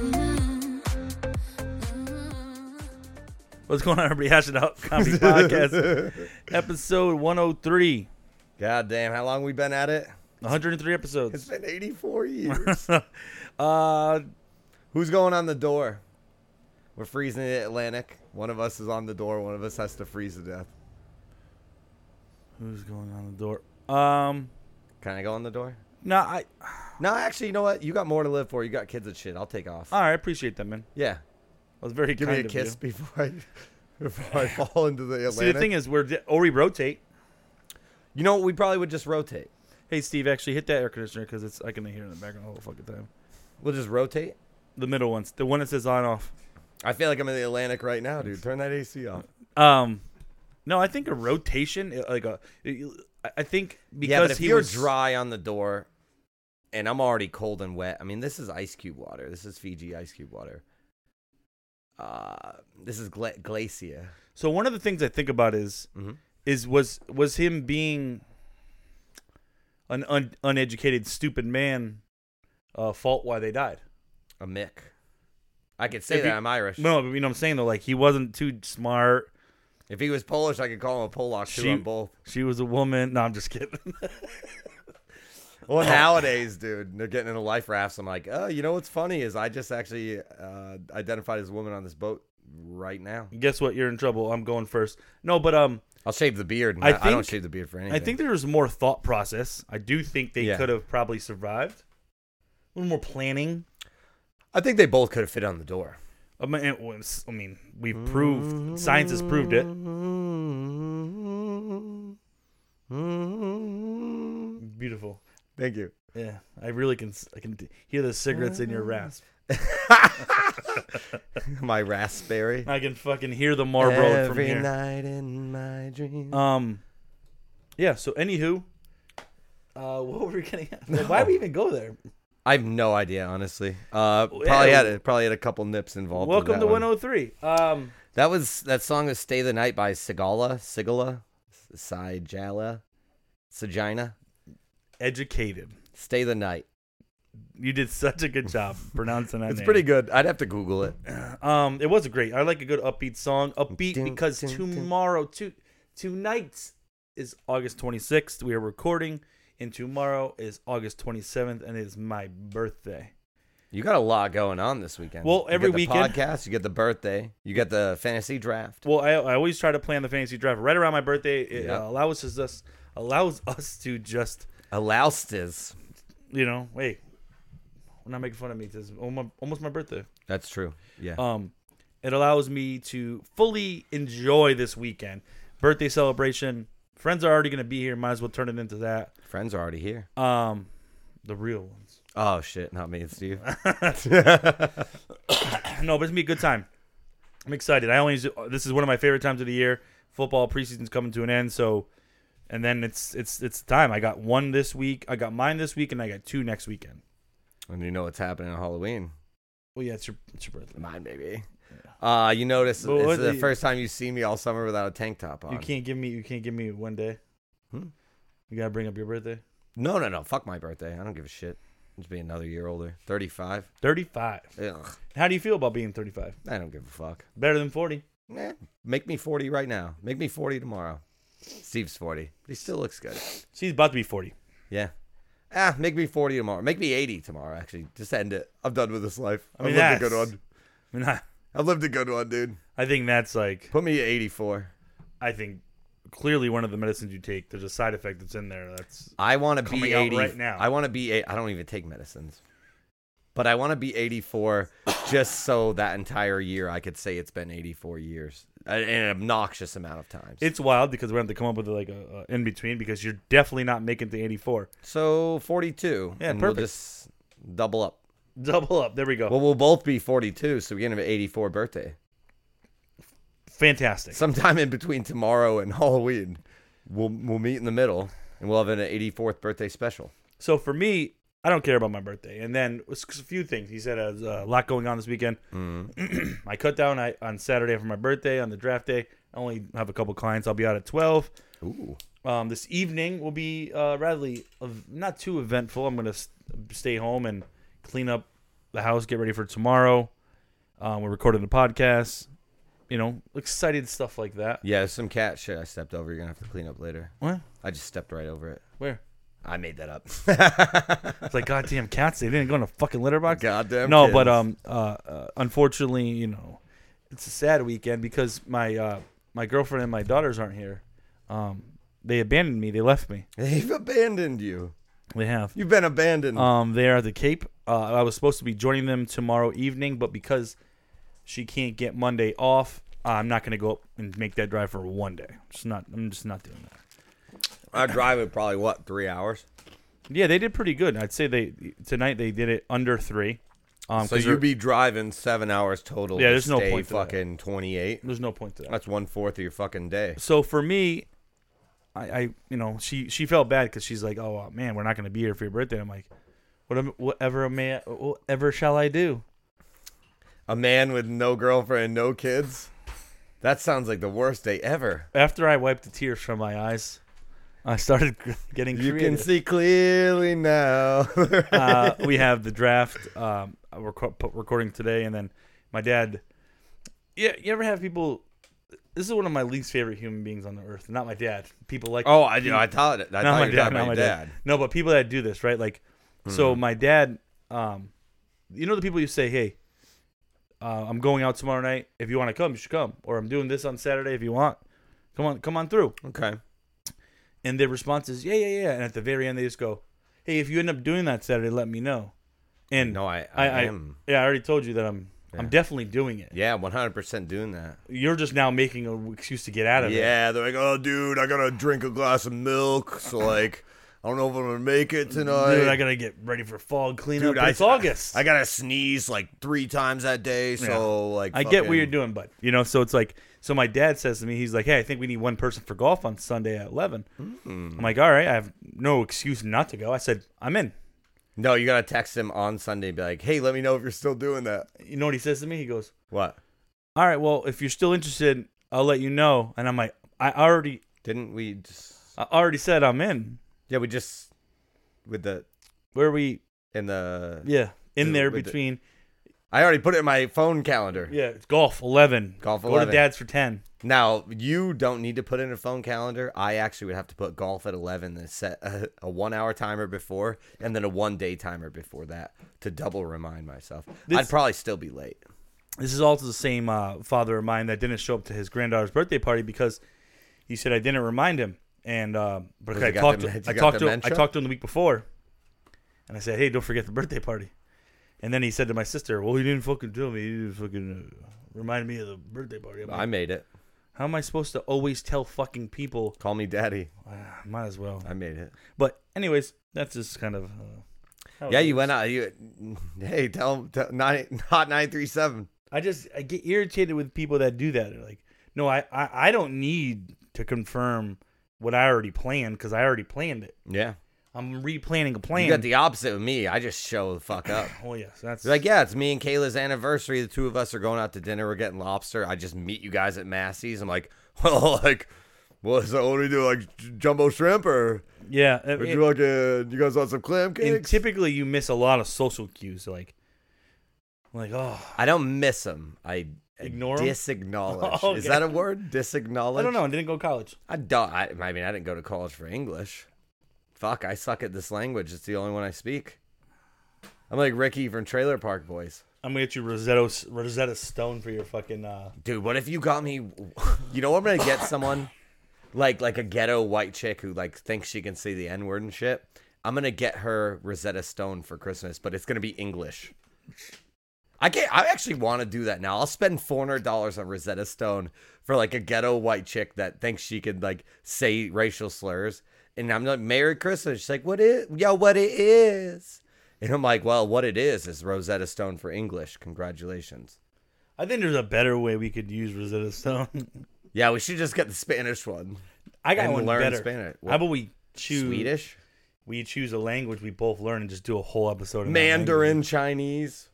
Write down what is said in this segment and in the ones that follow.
Mm-hmm. What's going on, everybody? Hash It Out Comedy Podcast, episode 103. God damn, how long we been at it? 103 It's episodes. been 84 years. Uh, Who's going on the door? We're freezing in the Atlantic. One of us is on the door, one of us has to freeze to death. who's going on the door? Um, Can I go on the door? no, I. No, actually, you know what? You got more to live for. You got kids and shit. I'll take off. All right, I appreciate that, man. yeah. That was very Uh, Give kind me a of kiss you. before I before I fall into the Atlantic. See, the thing is, we're di- or we rotate. you know, we probably would just rotate. Hey, Steve, actually hit that air conditioner because it's I can hear it in the background all the fucking time. We'll just rotate. The middle ones, the one that says on off. I feel like I'm in the Atlantic right now, dude. Turn that AC off. Um, no, I think a rotation, uh, like a, I- I think because yeah, but if he you're was dry on the door, and I'm already cold and wet. I mean, this is ice cube water. This is Fiji ice cube water. Uh, this is gla- glacier. So one of the things I think about is Mhm. is was was him being an un, uneducated stupid man uh, fault why they died. A mick. I could say If that he- I'm Irish. No, but you know what I'm saying though. Like he wasn't too smart. If he was Polish, I could call him a Polak too. She- on both. She was a woman. No, I'm just kidding. Well, nowadays, dude, they're getting into life rafts. I'm like, oh, you know what's funny is I just actually uh, identified as a woman on this boat right now. Guess what? You're in trouble. I'm going first. No, but um, I'll shave the beard. and I I, I don't think- shave the beard for anything. I think there was more thought process. I do think they Yeah. could have probably survived. A little more planning. I think they both could have fit on the door. I mean, it was, I mean we've proved science has proved it. Beautiful. Mm-hmm. Thank you. Yeah, I really can. s- I can d- hear the cigarettes in your rasp. My raspberry. I can fucking hear the Marlboro from Every here. night in my dreams. Um, yeah. So, anywho, uh, what were we getting? At? Like, Why we even go there? I have no idea, honestly. Uh, probably Yeah. had a, probably had a couple nips involved. in Welcome that to one. 103. Um, That was that song is "Stay the Night" by Sigala, Sigala, Sigala, Sagina. educated. "Stay the Night." You did such a good job pronouncing that. It's name. pretty good. I'd have to Google it. Um, it was great. I like a good upbeat song. Upbeat Dun, because dun, dun. tomorrow, to tonight is August 26th. We are recording, and tomorrow is August 27th, and it is my birthday. You got a lot going on this weekend. Well, You every get the weekend- podcast, you get the birthday, you get the fantasy draft. Well, I, I always try to plan the fantasy draft right around my birthday. It Yeah. uh, allows us- us allows us to just Aloustas. you know wait, we're not making fun of me. This is almo- almost my birthday. That's true. Yeah. Um, it allows me to fully enjoy this weekend birthday celebration. Friends are already gonna be here. Might as well turn it into that. Friends are already here. Um, the real ones. Oh shit, not me and Steve. No, but it's gonna be a good time. I'm excited. I always uh, this is one of my favorite times of the year. Football preseason's coming to an end, so and then it's it's it's time. I got one this week. I got mine this week, and I got two next weekend. and you know what's happening on Halloween. Well, Oh, yeah, it's your it's your birthday. Mine baby. Uh you notice But what it's the the- first time you see me all summer without a tank top on. You can't give me you can't give me one day. Hmm. You gotta bring up your birthday. No no no, fuck my birthday. I don't give a shit. Just be another year older. Thirty five. Thirty five. Ugh. How do you feel about being thirty five? I don't give a fuck. Better than forty. Nah, make me forty right now. Make me forty tomorrow. Steve's forty. But he still looks good. She's about to be forty. Yeah. Ah, make me forty tomorrow. Make me eighty tomorrow, actually. Just end it. I'm done with this life. I mean, I've lived that's- a good one. I mean, I, I've lived a good one, dude. I think that's like Put me at eighty four. I think clearly one of the medicines you take. There's a side effect that's in there. That's I want to Coming be out 80 right now. I want to be. eight- I don't even take medicines, but I want to be 84 just so that entire year I could say it's been 84 years, an an obnoxious amount of times. It's wild because we're going to come up with like a, a in between because you're definitely not making it to 84. so 42. Yeah, and we'll perfect. just Double up. Double up. There we go. Well, we'll both be 42, so we're gonna have an 84 birthday. Fantastic. Sometime in between tomorrow and Halloween, we'll we'll meet in the middle, and we'll have an 84th birthday special. So for me, I don't care about my birthday. And then it's a few things. He said uh, there's a lot going on this weekend. I cut down I, on Saturday for my birthday on the draft day. I only have a couple clients. I'll be out at twelve. Ooh. Um, this evening will be uh, rather ev- not too eventful. I'm gonna s stay home and clean up the house, get ready for tomorrow. Um, we're recording the podcast. You know, excited stuff like that. Yeah, there's some cat shit I stepped over. You're gonna have to clean up later. What? I just stepped right over it. Where? I made that up. It's like goddamn cats. They didn't go in a fucking litter box. Goddamn. no, kids. but um, uh, uh, unfortunately, you know, it's a sad weekend because my uh, my girlfriend and my daughters aren't here. Um, they abandoned me. They left me. they've abandoned you. They have. You've been abandoned. Um, they are at the Cape. Uh, I was supposed to be joining them tomorrow evening, but because she can't get Monday off, I'm not gonna go up and make that drive for one day. Just not. I'm just not doing that. I drive it probably what three hours. Yeah, they did pretty good. I'd say they tonight they did it under three. Um, So 'cause you'd there- be driving seven hours total. Yeah, to there's no stay point to that. Fucking twenty eight. there's no point to that. That's one fourth of your fucking day. so for me, I, I you know she she felt bad because she's like, oh uh, man, we're not gonna be here for your birthday. I'm like, what am- whatever may I, whatever shall I do? A man with no girlfriend, no kids. That sounds like the worst day ever. After I wiped the tears from my eyes, I started getting You creative. can see clearly now. uh, we have the draft. Um, we're co- put- recording today, and then my dad. Yeah, you ever have people? This is one of my least favorite human beings on the earth. Not my dad. People like oh, I do. I thought it. I not thought my you were dad, talking not about my your dad. dad. No, but people that do this, right? Like, so my dad, um, you know the people you say, hey, uh, I'm going out tomorrow night. If you want to come, you should come. Or I'm doing this on Saturday. If you want, come on, come on through. Okay. And their response is, yeah, yeah, yeah. And at the very end, they just go, hey, if you end up doing that Saturday, let me know. And No, I, I, I, I, am. yeah, I already told you that I'm, I'm definitely doing it. Yeah, one hundred percent doing that. You're just now making an excuse to get out of it. Yeah, they're like, oh, dude, I gotta drink a glass of milk. So like, I don't know if I'm gonna make it tonight. Dude, I gotta get ready for fall cleanup. Dude, but I- it's August. I gotta sneeze like three times that day. So like, I get what you're fucking- doing, but you know, so it's like, so my dad says to me, he's like, "Hey, I think we need one person for golf on Sunday at 11." Hmm. I'm like, "All right, I have no excuse not to go." I said, "I'm in." No, you gotta text him on Sunday and be like, hey, let me know if you're still doing that. You know what he says to me? He goes, What? "All right, well, if you're still interested, I'll let you know." And I'm like, "I already, Didn't we just? I already said I'm in." Yeah, we just with the Where we, in the. yeah, in Dude, there with the- between, I already put it in my phone calendar. yeah, it's golf 11. Golf go 11. to dad's for 10. Now you don't need to put in a phone calendar. I actually would have to put golf at eleven and set a, a one-hour timer before, and then a one-day timer before that to double remind myself. I'd This- probably still be late. this is also the same uh, father of mine that didn't show up to his granddaughter's birthday party because he said I didn't remind him. And uh, but he I got talked, dem- to, has he I got talked to him, I dementia? talked to him the week before, and I said, "Hey, don't forget the birthday party." And then he said to my sister, "Well, he didn't fucking tell me. He didn't fucking uh, remind me of the birthday party." I'm like, I made it. How am I supposed to always tell fucking people? Call me daddy. Ah, might as well. I made it. But anyways, that's just kind of. Uh, how it Yeah, you goes. went out. You hey, tell him tell, nine, hot nine three seven. I just I get irritated with people that do that. They're like, no, I I, I don't need to confirm what I already planned because I already planned it. Yeah, I'm replanning a plan. you got the opposite of me. I just show the fuck up. oh yes, that's You're like, yeah, it's me and Kayla's anniversary. The two of us are going out to dinner. We're getting lobster. I just meet you guys at Massey's. I'm like, well, like, well, so what do we do? Like j- jumbo shrimp or yeah. it- would you like a, you guys want some clam and cakes? typically, you miss a lot of social cues, like like oh, I don't miss them. I Ignore 'em? disacknowledge. Oh, Is okay. that a word? Disacknowledge. I don't know, I didn't go to college. I don't. I, I mean, I didn't go to college for English. Fuck, I suck at this language. It's the only one I speak. I'm like Ricky from Trailer Park Boys. I'm gonna get you Rosetta Rosetta Stone for your fucking. Uh, Dude, what if you got me? You know, I'm gonna get someone like like a ghetto white chick who like thinks she can say the n word and shit. I'm gonna get her Rosetta Stone for Christmas, but it's gonna be English. I can't. I actually want to do that now. I'll spend four hundred dollars on Rosetta Stone for like a ghetto white chick that thinks she could like say racial slurs. And I'm like, "Merry Christmas." She's like, "What it? Yo, what it is?" And I'm like, well, what it is is Rosetta Stone for English. Congratulations. I think there's a better way we could use Rosetta Stone. Yeah, we should just get the Spanish one. I got And one learn better. Spanish. How about we choose Swedish, We choose a language we both learn and just do a whole episode. in that language. Mandarin, Chinese.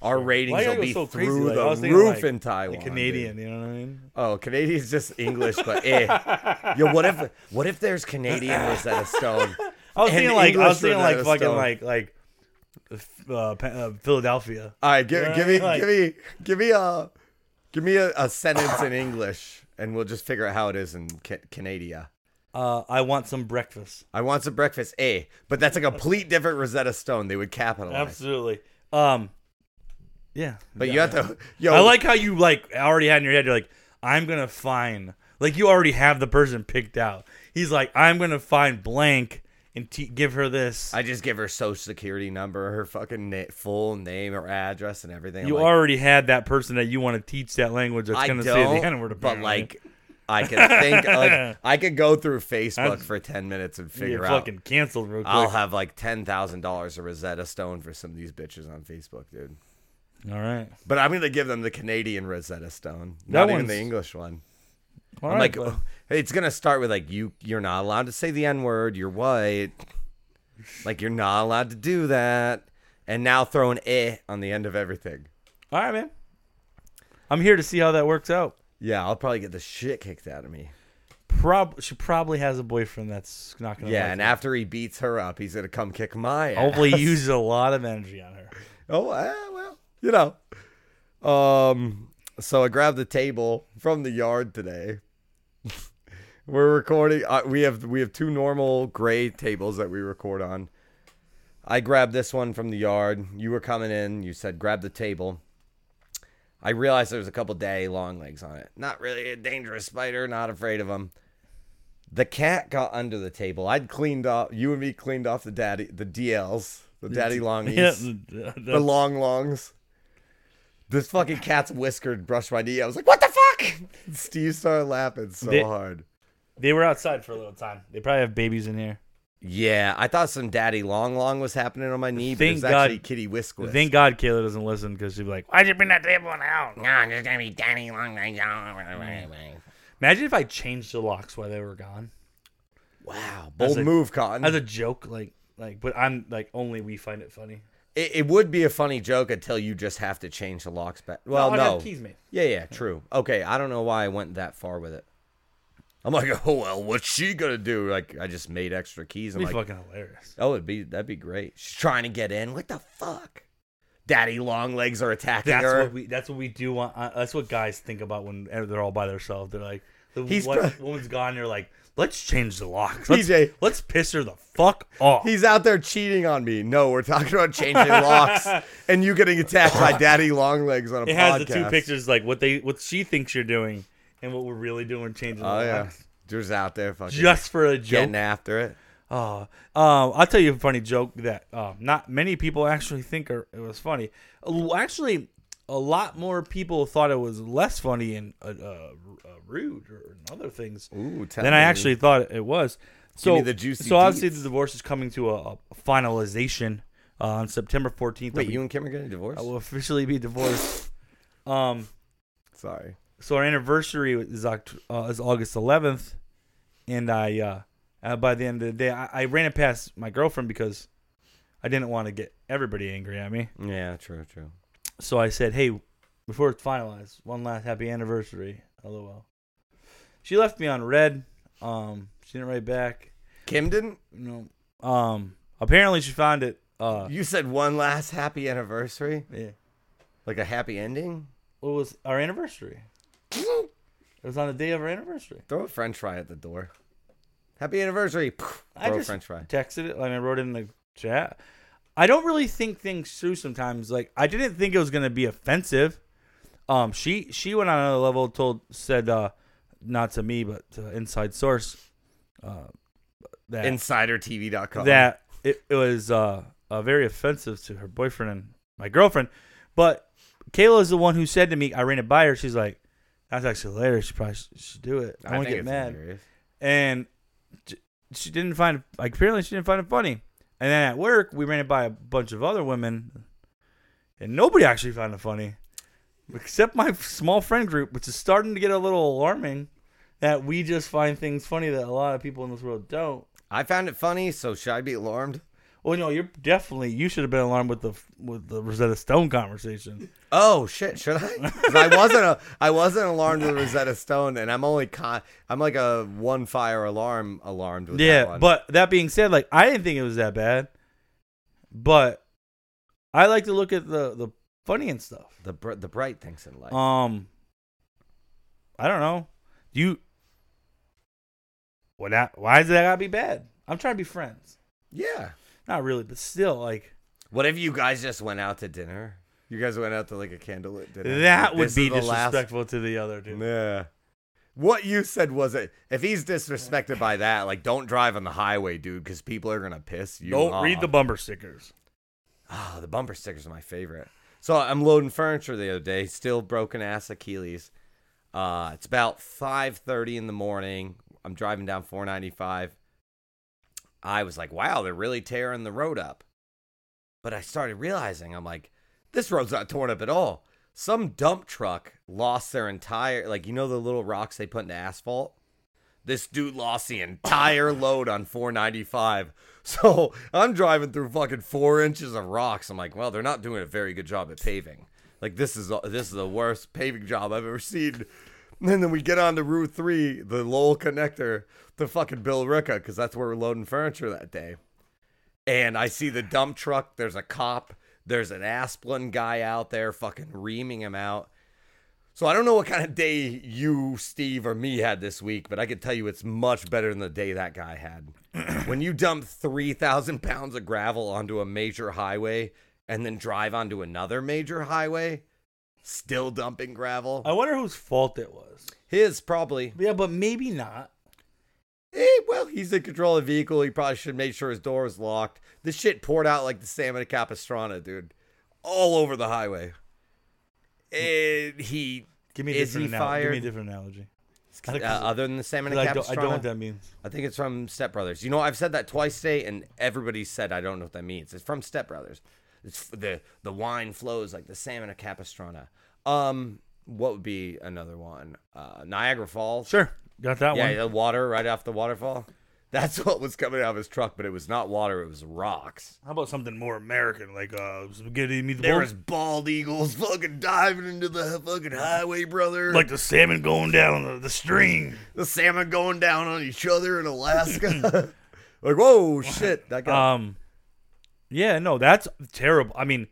Our ratings Why will you be go so through crazy? Like, I the was thinking, roof like, in Taiwan. the dude. Canadian. You know what I mean? Oh, Canadian's just English, but eh. Yo, what if what if there's Canadian Rosetta Stone? I was And thinking like I was English thinking like Rosetta fucking Stone. like like uh, Pa- uh, Philadelphia. All right, give, You know what give I me mean? Like- give me give me a give me a, a sentence in English, and we'll just figure out how it is in Ca- Canada. Uh, I want some breakfast. I want some breakfast, eh? But that's a complete different Rosetta Stone. They would capitalize. Absolutely. Um, yeah. But you have to. Yo, I like how you like already had in your head. You're like, I'm gonna find like you already have the person picked out. He's like, I'm gonna find blank and te- give her this. I just give her social security number, her fucking na- full name or address, and everything. I'm you like, already had that person that you want to teach that language that's I gonna don't, say the N word. but apparently. like, I can think. Like, I could go through Facebook for ten minutes and you figure get out. fucking canceled real quick. I'll have like ten thousand dollars of Rosetta Stone for some of these bitches on Facebook, dude. All right. But I'm gonna give them the Canadian Rosetta Stone, That not even the one's- English one. All I'm right, like, bud. "Oh, it's gonna start with like you. You're not allowed to say the N word. You're white. Like you're not allowed to do that. And now throw an eh on the end of everything. "Oh, all right, man. I'm here to see how that works out. Yeah, I'll probably get the shit kicked out of me. Prob- she probably has a boyfriend that's not gonna. Yeah, like and her. after he beats her up, he's gonna come kick my ass. Hopefully, he uses a lot of energy on her. Oh eh, well, you know. Um, so I grabbed the table from the yard today. We're recording. Uh, we have we have two normal gray tables that we record on. I grabbed this one from the yard. You were coming in. You said grab the table. I realized there was a couple day long legs on it. Not really a dangerous spider. Not afraid of them. The cat got under the table. I'd cleaned off. You and me cleaned off the daddy the DLs, the daddy longies Yeah, th- the that's- long longs. This fucking cat's whiskered brushed my knee. I was like, "What the fuck?" Steve started laughing so They- hard. they were outside for a little time. They probably have babies in here. Yeah, I thought some daddy long long was happening on my knee, Thank but it's actually God- kitty whisk whisk. Thank God Kayla doesn't listen because she'd be like, "Why'd you bring that table in the house?" No, I'm just gonna be Danny Long. That's Imagine if I changed the locks while they were gone wow, As bold a- move, Cotton. as a joke, like, like, but I'm like, only we find it funny. it, it would be a funny joke until you just have to change the locks back. Well, I'd no, have keys made. yeah, yeah, true. Okay, I don't know why I went that far with it. I'm like, oh well, what's she gonna do? Like, I just made extra keys. I'm It'd like, be fucking hilarious. Oh, it'd be that'd be great. She's trying to get in. What the fuck? Daddy long legs are attacking That's her. what we. That's what we do. On, uh, that's what guys think about when e, they're all by themselves. They're like, the He's one, pro- woman's gone. You're like, let's change the locks. Let's, PJ. let's piss her the fuck off. He's out there cheating on me. No, we're talking about changing locks and you getting attacked by daddy long legs on a it podcast. has the two pictures, like what they, what she thinks you're doing, and what we're really doing, changing the Oh yeah. locks, Just out there fucking just for a joke. getting after it. Uh, um, I'll tell you a funny joke that uh, not many people actually think are, it was funny. Uh, Actually, a lot more people thought it was less funny and uh, uh, rude or and other things Ooh, tell than I me. actually thought it was. So, me the juicy so obviously the divorce is coming to a, a finalization uh, on September 14th. Wait, I'll be- you and Kim are getting divorced? I will officially be divorced. um, Sorry. so our anniversary is Oct- uh, is August 11th, and I uh, uh, by the end of the day I, I ran it past my girlfriend because I didn't want to get everybody angry at me. Yeah, true, true. So I said, "Hey, before it's finalized, one last happy anniversary." LOL. She left me on red. Um, she didn't write back. Kim didn't? No. Um, apparently she found it. Uh, You said one last happy anniversary? yeah. Like a happy ending? It was our anniversary. Mm-hmm. It was on the day of our anniversary. Throw a french fry at the door. Happy anniversary. Throw I a just french fry. texted it. Like I wrote it in the chat. I don't really think things through sometimes. Like I didn't think it was gonna be offensive. Um, she she went on another level. Told said uh, not to me, but to inside source. Uh, that InsiderTV.com. that it, it was uh, uh very offensive to her boyfriend and my girlfriend. But Kayla is the one who said to me, I ran it by her. She's like, that's actually hilarious. She probably should- should do it. I, won't think get it's mad hilarious. and j- she didn't find like apparently she didn't find it funny. And then at work, we ran it by a bunch of other women, and nobody actually found it funny, except my small friend group, which is starting to get a little alarming. That we just find things funny that a lot of people in this world don't. I found it funny, so should I be alarmed? Well, no, you're definitely you should have been alarmed with the with the Rosetta Stone conversation. Oh shit! Should I? 'Cause I wasn't a, I wasn't alarmed with Rosetta Stone, and I'm only con- I'm like a one fire alarm alarmed with yeah, that one. but that being said, like I didn't think it was that bad, but I like to look at the the funny and stuff. the br- the bright things in life. Um, I don't know. Do you? What? Not, why does that gotta be bad? I'm trying to be friends. yeah. Not really, but still, like What if you guys just went out to dinner? You guys went out to like a candlelit dinner. that would This be is the last- disrespectful to the other dude. Yeah. What you said was it? If he's disrespected by that, like don't drive on the highway, dude, because people are gonna piss you. Don't read the off. bumper stickers. Oh, the bumper stickers are my favorite. So I'm loading furniture the other day, still broken ass Achilles. Uh, it's about 5:30 in the morning. I'm driving down 495. I was like, "Wow, they're really tearing the road up." But I started realizing I'm like, "This road's not torn up at all." Some dump truck lost their entire like you know the little rocks they put into asphalt? this dude lost the entire load on 495. So I'm driving through fucking four inches of rocks. I'm like, well, they're not doing a very good job at paving. Like this is this is the worst paving job I've ever seen. And then we get onto Route Three, the Lowell connector, to fucking Bill Ricka, because that's where we're loading furniture that day. And I see the dump truck. There's a cop. There's an Asplin guy out there fucking reaming him out. So I don't know what kind of day you, Steve, or me had this week, but I can tell you it's much better than the day that guy had. when you dump 3,000 pounds of gravel onto a major highway and then drive onto another major highway, still dumping gravel. I wonder whose fault it was. His probably. Yeah, but maybe not. Eh, well, he's in control of the vehicle. He probably should make sure his door is locked. This shit poured out like the salmon of Capistrano, dude. All over the highway. And he. Give me a Is he different analogy. Give me a fired? different analogy. Uh, I like- other than the salmon 'Cause and I don't, I Capistrano, don't know what that means. I think it's from Step Brothers. You know, I've said that twice today, and everybody said I don't know what that means. It's from Step Brothers. It's f- the the wine flows like the salmon of Capistrano. Um, what would be another one? Uh, Niagara Falls. Sure, got that Yeah, one. the water right off the waterfall. That's what was coming out of his truck, but it was not water. It was rocks. How about something more American, like uh, spaghetti There was meatballs, bald eagles fucking diving into the fucking highway, brother. like the salmon going down the, the stream. the salmon going down on each other in Alaska. like, whoa, shit! That guy. Um, yeah, no, that's terrible. I mean,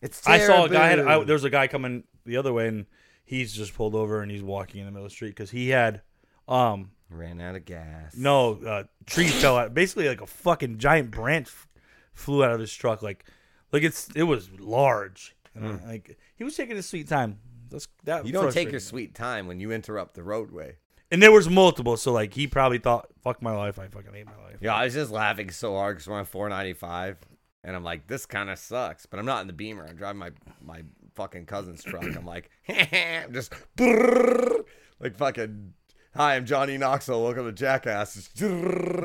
It's I saw a guy. Had, terrible. I, there was a guy coming the other way, and he's just pulled over and he's walking in the middle of the street because he had, um, ran out of gas. no, uh, tree fell out. Basically, like a fucking giant branch f- flew out of his truck. Like, like it's it was large. And I- like he was taking his sweet time. That's that. Hmm. you don't take your frustrated me. sweet time when you interrupt the roadway. And there was multiple, so like he probably thought, "Fuck my life, I fucking hate my life." Yeah, I was just laughing so hard because we're on 495, and I'm like, this kind of sucks. But I'm not in the Beamer. I'm driving my my fucking cousin's truck. I'm like, I'm just like fucking. Hi, I'm Johnny Knoxville. Welcome to Jackass.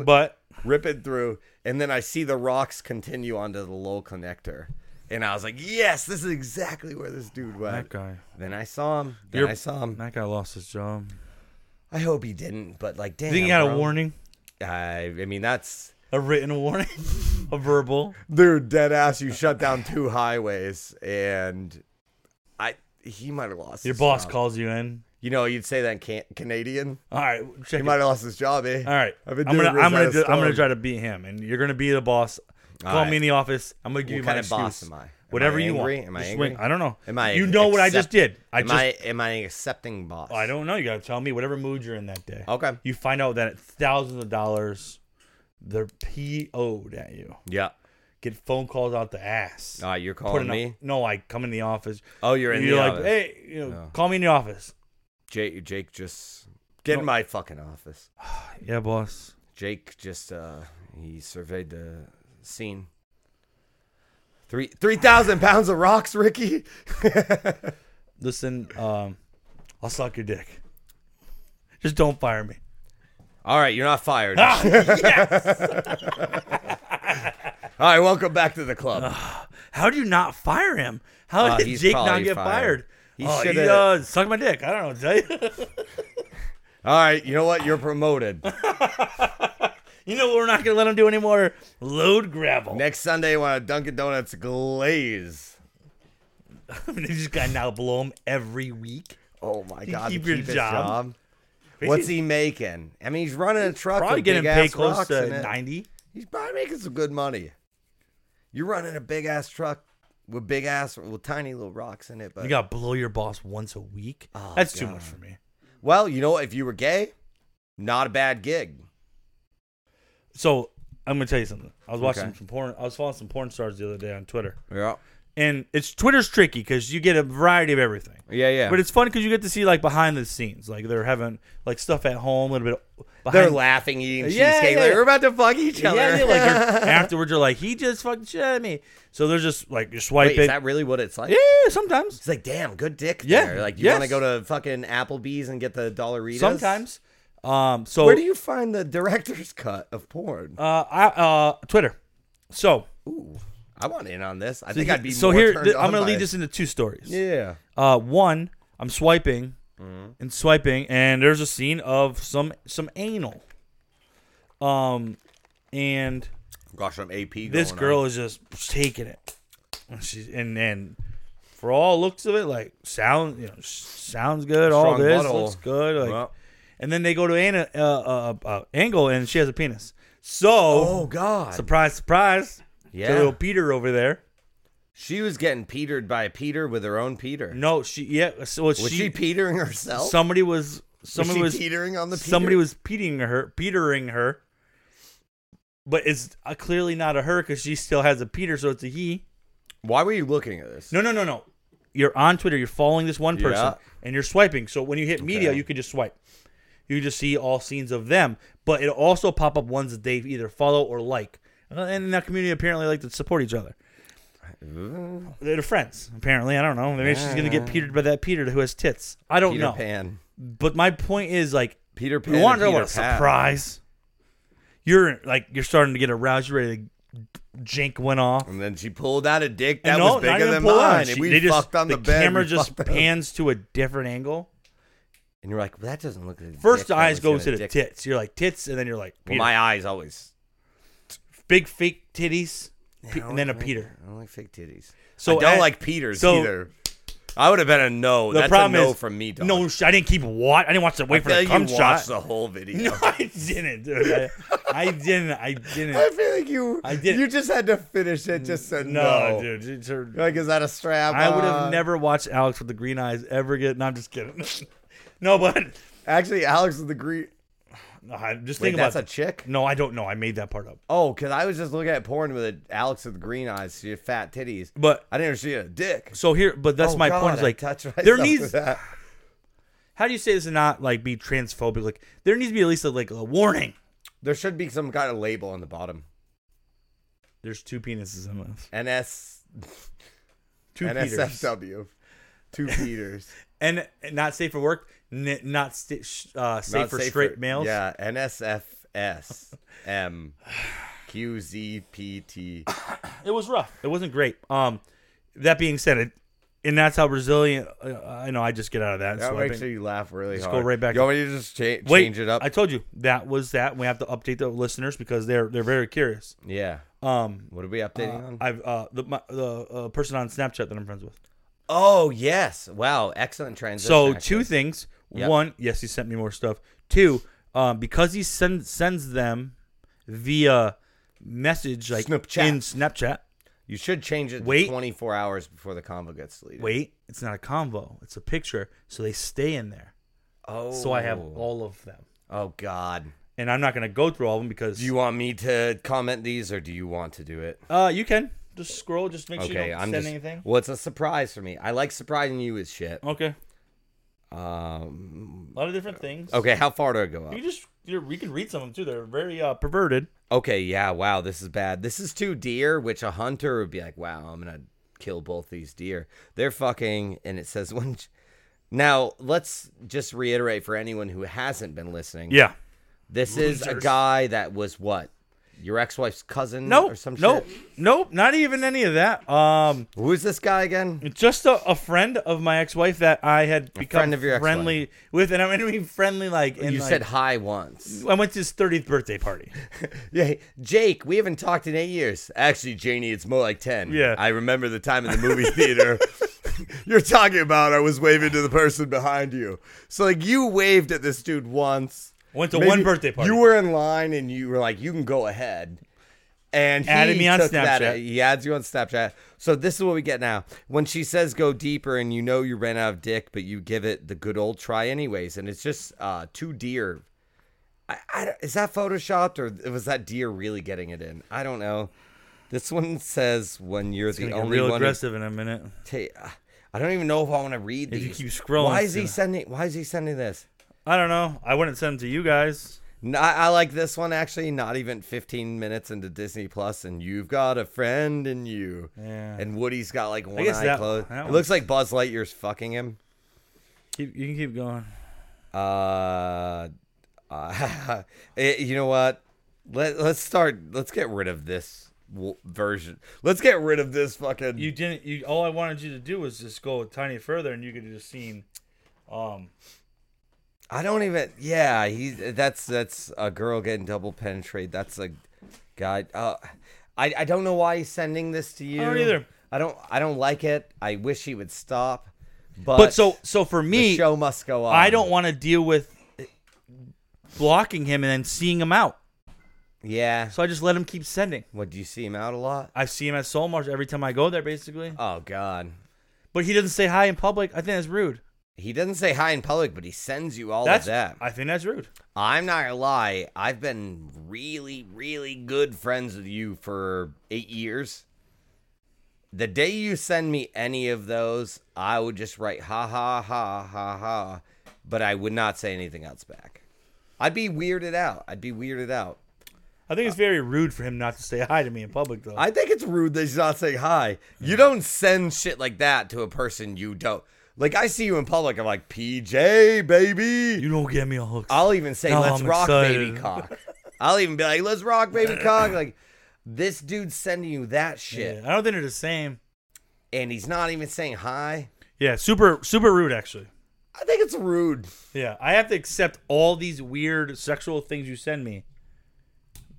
But ripping through, and then I see the rocks continue onto the low connector, and I was like, yes, this is exactly where this dude that went. guy, Then I saw him. Then You're- I saw him. that guy lost his job. I hope he didn't, but like, damn. Did he got a bro. warning? I, I mean, that's A written warning? a verbal? dude, dead ass. You shut down two highways, and I he might have lost Your his boss job. calls you in. You know, you'd say that in can- Canadian. All right, check He it. might have lost his job, eh? All right, I've been I'm gonna doing I'm gonna Rosetta do, I'm gonna Stone. try to beat him, and you're gonna be the boss. All Call right. me in the office. I'm gonna give What you my kind of excuse. boss am I? Am Whatever I you angry? want. Am I Just angry? wing- I don't know. Am I? You know what I just accept- did? I am just Oh, I am I an accepting boss? I don't know. You gotta tell me whatever mood you're in that day. Okay. You find out that it's thousands of dollars. They're PO'd at you. Yeah. Get phone calls out the ass. Ah, you're Put calling in a- me. no, I come in the office. Oh, you're in You're the like, office. hey, you know, Oh. call me in the office. Jake, Jake, just get in No. my fucking office. Yeah, boss. Jake just uh he surveyed the scene. Three three thousand pounds of rocks, Ricky. Listen, um, I'll suck your dick. Just don't fire me. All right, you're not fired. yes. All right, welcome back to the club. How do you not fire him? How Uh, did he's Jake not probably get fired. fired? He oh, he shoulda- uh, sucked my dick. I don't know. what to Tell you. All right, you know what? You're promoted. you know what we're not gonna let him do anymore? Load gravel. Next Sunday, you want a Dunkin' Donuts glaze. they just gotta now blow him every week. Oh my You God! keep to your his job? What's he making? I mean, he's running a truck. Probably with getting big paid ass close rocks in to it. ninety. He's probably making some good money. You're running a big ass truck with big ass with tiny little rocks in it, but You gotta blow your boss once a week. Oh, That's too God. much for me. well, you know, what? if you were gay, not a bad gig. So I'm gonna tell you something. I was watching Okay. some porn. I was following some porn stars the other day on Twitter, Yeah, and it's Twitter's tricky because you get a variety of everything. yeah, yeah. But it's fun because you get to see like behind the scenes, like they're having like stuff at home, a little bit. of- they're Behind, laughing, eating Yeah, cheesecake. yeah. Like, we're about to fuck each other. yeah, yeah, like they're- afterwards you're like, he just fucking shit at me. So they're just like you're Wait, swiping. is that really what it's like? yeah, sometimes, It's like, damn, good dick. Yeah, there. like you yes. want to go to fucking Applebee's and get the Dollaritas. sometimes. Um, so Where do you find the director's cut of porn? Uh, I, uh, Twitter. So Ooh, I want in on this. I so think I'd be so more here turned th- on I'm gonna by lead it. this into two stories. Yeah. Uh, one, I'm swiping and swiping, and there's a scene of some some anal. Um, and Gosh, I'm AP. this going girl on. is just taking it. And she's and and for all looks of it, like sound you know s- sounds good. all Strong this butthole. looks good. Like, Well. and then they go to an, uh, uh, uh, angle, and she has a penis. So Oh God. surprise, surprise. Yeah. little Peter over there. She was getting petered by Peter with her own Peter. No, she yeah. So well, was she, she, petering herself? somebody was was somebody she was, petering on the Peter? somebody was petering her, petering her. But it's uh, clearly not a her because she still has a Peter, so it's a he. Why were you looking at this? No, no, no, no. You're on Twitter. You're following this one person, Yeah. and you're swiping. So when you hit media, Okay. you can just swipe. You just see all scenes of them, but it'll also pop up ones that they either follow or like. Uh, And in that community, apparently, like to support each other. They're friends, apparently. I don't know. Maybe she's gonna get petered by that Peter who has tits. I don't Peter know. Pan. But my point is, like, Peter Pan. you want to know and what a Peter Pan. surprise? You're like, you're starting to get aroused. You're ready to jink one off. And then she pulled out a dick And that no, was not bigger even than pull on. mine, She- and we they just- fucked on the, bed. camera we just fucked on- pans to a different angle. and you're like, well, that doesn't look. Like a First dick, that eyes looks go like a to the dick. tits. You're like tits, and then you're like Well, Peter. my eyes always. big fake titties, pe- I and then a don't like- Peter. I don't like fake titties. So I don't at- like Peters so- either. I would have been a no. The That's problem a no is from me. Dog. No, sh- I didn't keep watch. I didn't watch the wait I for feel the like cum you shot. watched the whole video. no, I didn't, dude. I, I didn't. I I didn't. feel like you. I did- You just had to finish it. Just said no, No, dude. it's her- Like, is that a strap? I would have on? never watched Alex with the green eyes ever get. No, I'm just kidding. no, but Actually, Alex with the green. no, I- just Wait, think about that's a that. chick. No, I don't know. I made that part up. Oh, because I was just looking at porn with a Alex with green eyes. She had fat titties. But I didn't see a dick. so here, but that's Oh, my God, point. Is I like touched there myself needs with that. how do you say this and not like be transphobic? Like there needs to be at least a, like a warning. There should be some kind of label on the bottom. There's two penises in this. NS Two Peters. NSFW. Two Peters. And not safe for work. N- not sti sh- uh, safe Not for straight males. Yeah, NSFS M Q Z P T. It was rough. It wasn't great. Um, that being said, it, and that's how resilient. Uh, I know. I just get out of that. That swiping. makes you laugh really Just go hard. right back You to- want me to just cha- change Wait, it up? I told you that was that. We have to update the listeners because they're they're very curious. yeah. Um, What are we updating on? I've uh the my, the uh, person on Snapchat that I'm friends with. Oh yes! Wow, excellent transition. So actually. two things. Yep. One, yes, he sent me more stuff. Two, um, because he send, sends them via message like Snapchat. in Snapchat. you should change it. Wait. to twenty-four hours before the convo gets deleted. Wait, it's not a convo. It's a picture. So they stay in there. Oh, So I have all of them, Oh God! and I'm not gonna go through all of them because Do you want me to comment these, or do you want to do it? uh you can just scroll. Just make sure you Okay, don't I'm send just. anything. Well, it's a surprise for me. I like surprising you with shit. Okay, Um. a lot of different things. Okay, how far do I go up? You just you're, we can read some of them too. They're very uh, perverted. Okay, yeah. Wow, this is bad. This is two deer, which a hunter would be like, "Wow, I'm gonna kill both these deer." They're fucking, and it says one. Now, let's just reiterate for anyone who hasn't been listening. Yeah, This is a Losers. guy that was what? your ex-wife's cousin Nope. or some nope. shit? Nope. Not even any of that. Um, Who's this guy again? just a, a friend of my ex-wife that I had become friend of your ex-wife. friendly with, and I mean friendly like. And you like, said hi once. I went to his 30th birthday party. Yeah, Jake, we haven't talked in eight years. Actually, Janie, it's more like ten. Yeah. I remember the time in the movie theater. You're talking about I was waving to the person behind you. So like you waved at this dude once. Went to Maybe one birthday party. You were in line and you were like, you can go ahead. And he Added me on took that- Snapchat. he adds you on Snapchat. So this is what we get now. When she says go deeper and you know you ran out of dick, but you give it the good old try anyways, and it's just uh, two deer. I, I don't- is that photoshopped or was that deer really getting it in? I don't know. This one says when you're the Gonna get only real one. who aggressive in a minute. ta- I don't even know if I want to read If these. you keep scrolling, why it's is he gonna- sending? Why is he sending this? I don't know. I wouldn't send them to you guys. No, I I like this one actually. Not even 15 minutes into Disney Plus, and you've got a friend in you. Yeah. And Woody's got like one guess eye that- closed. that it looks like Buzz Lightyear's fucking him. Keep, you can keep going. Uh, uh eh, you know what? Let Let's start. Let's get rid of this w- version. Let's get rid of this fucking. You didn't. You all I wanted you to do was just go a tiny further, and you could have just seen. Um, I don't even. Yeah, he. That's that's a girl getting double penetrated. That's a guy. Uh, I I don't know why he's sending this to you. don't either. I don't. I don't like it. I wish he would stop. But, but so so for the me, show must go on. I don't want to deal with blocking him and then seeing him out. Yeah. So I just let him keep sending. What do you see him out a lot? I see him at Soul March every time I go there, basically. Oh God. But he doesn't say hi in public. I think that's rude. He doesn't say hi in public, but he sends you all That's of that. I think that's rude. I'm not gonna lie, I've been really, really good friends with you for eight years. The day you send me any of those, I would just write ha ha ha ha ha, but I would not say anything else back. I'd be weirded out. I'd be weirded out. I think it's very rude for him not to say hi to me in public, though. I think it's rude that he's not saying hi. You don't send shit like that to a person you don't like. I see you in public, I'm like, PJ, baby. you don't get me all hooked. I'll even say, No, "Let's I'm rock, baby excited. cock." I'll even be like, "Let's rock, baby cock." Like this dude's sending you that shit, Yeah, I don't think they're the same. and he's not even saying hi. Yeah, super super rude actually. I think it's rude. Yeah, I have to accept all these weird sexual things you send me,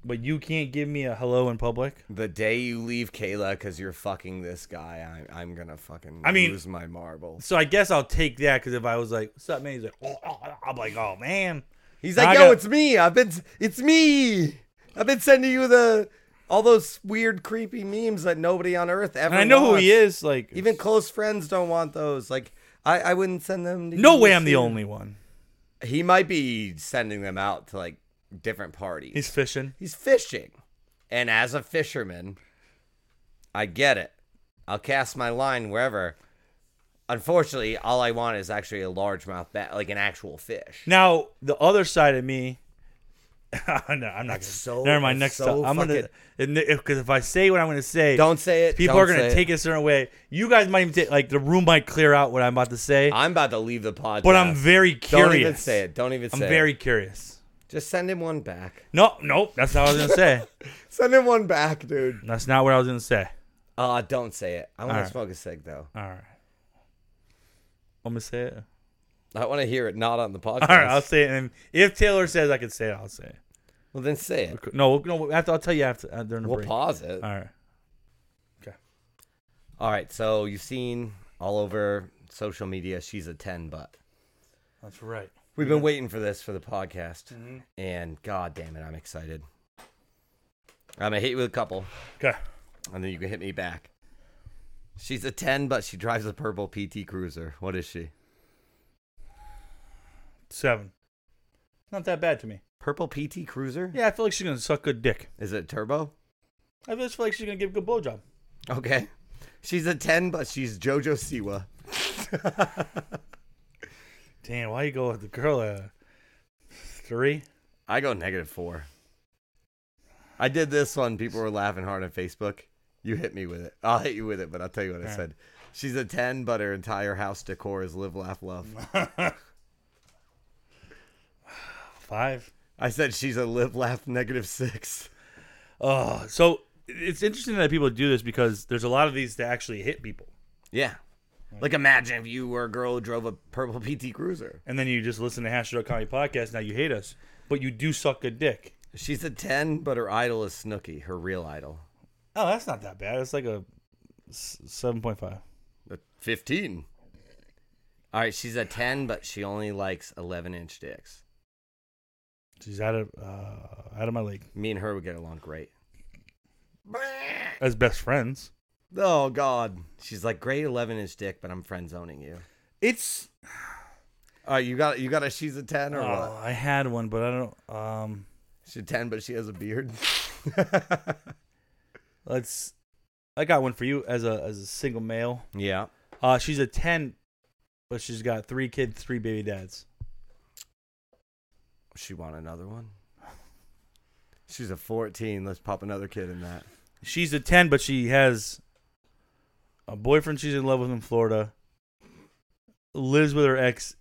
but you can't give me a hello in public. The day you leave Kayla because you're fucking this guy, I, I'm gonna fucking I mean- lose my marbles. So I guess I'll take that because if I was like, "What's up, man?" He's like, "Oh,", oh, oh," I'm like, "Oh man." He's Now like, I "Yo, got- it's me. I've been, it's me. I've been sending you the all those weird, creepy memes that nobody on earth ever. And I know who wants. he is. Like, Even close friends don't want those. Like, I, I wouldn't send them. To no you way I'm the either. only one. he might be sending them out to like different parties. He's fishing. He's fishing. And as a fisherman, I get it. I'll cast my line wherever. Unfortunately, all I want is actually a largemouth bat, like an actual fish. Now the other side of me. no, I'm not. Gonna, so- never mind. that's Next, so time I'm gonna because if I say what I'm gonna say, Don't say it. people don't are gonna say take it. a certain way. You guys might even take like the room might clear out what I'm about to say, I'm about to leave the podcast. but I'm very curious. Don't even say it. Don't even I'm say very it. curious. Just send him one back. No, nope. That's not what I was gonna say. Send him one back, dude. That's not what I was gonna say. Uh, don't say it. I want Alright. to smoke a cig, though. All right. I'm gonna say it. I want to hear it not on the podcast. All right, I'll say it. And if Taylor says I can say it, I'll say it. well, then say it. No, no. After, I'll tell you after uh, during the We'll break. pause it. All right. All right, so you've seen all over social media, she's a 10 butt. That's right. Mm-hmm. We've been waiting for this for the podcast, and god damn it, I'm excited. I'm gonna hit you with a couple, Okay. and then you can hit me back. She's a 10, but she drives a purple PT Cruiser. What is she? Seven. Not that bad to me. Purple PT Cruiser? Yeah, I feel like she's gonna suck good dick. Is it turbo? I just feel like she's gonna give a good blowjob. Okay. She's a 10, but she's JoJo Siwa. Damn, why you go with the girl? Uh, three. I go negative four. I did this one. People were laughing hard on Facebook. You hit me with it. I'll hit you with it, but I'll tell you what I Alright. said. She's a 10, but her entire house decor is live, laugh, love. Five. I said she's a live, laugh, negative six. Oh, so it's interesting that people do this because there's a lot of these that actually hit people, Yeah. Like imagine if you were a girl who drove a purple PT Cruiser. and then you just listen to Hashtag Comedy Podcast. Now you hate us, but you do suck a dick. She's a ten, but her idol is Snooky, her real idol. Oh, that's not that bad. It's like a seven point five. A Fifteen. All right, she's a ten, but she only likes eleven-inch dicks. She's out of uh, out of my league. Me and her would get along great. As best friends, Oh God, she's like great eleven-inch dick, but I'm friend zoning you. it's. All right, you got you got a she's a ten or Oh, what? I had one, but I don't. Um, She's a ten, but she has a beard. let's. I got one for you as a as a single male. yeah. Uh, she's a ten, but she's got three kids, three baby dads. She want another one. She's a fourteen. Let's pop another kid in that. She's a ten, but she has a boyfriend she's in love with in Florida. Lives with her ex,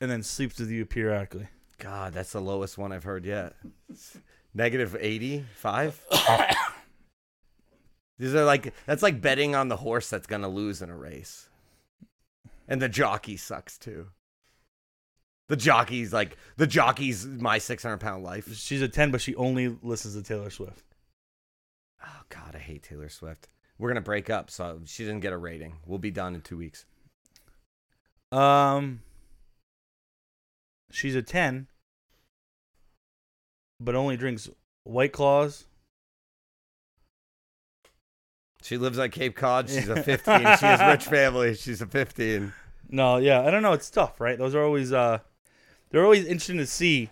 and then sleeps with you periodically. God, that's the lowest one I've heard yet. Negative 85? These are like, that's like betting on the horse that's going to lose in a race. And the jockey sucks too. The jockey's like, the jockey's my 600 pound life. She's a ten, but she only listens to Taylor Swift. Oh, God, I hate Taylor Swift. We're going to break up, so she didn't get a rating. We'll be done in two weeks. Um, she's a ten, but only drinks White Claws. She lives on Cape Cod. She's a 15. she has a rich family. She's a 15. No, yeah, I don't know. It's tough, right? Those are always uh, they're always interesting to see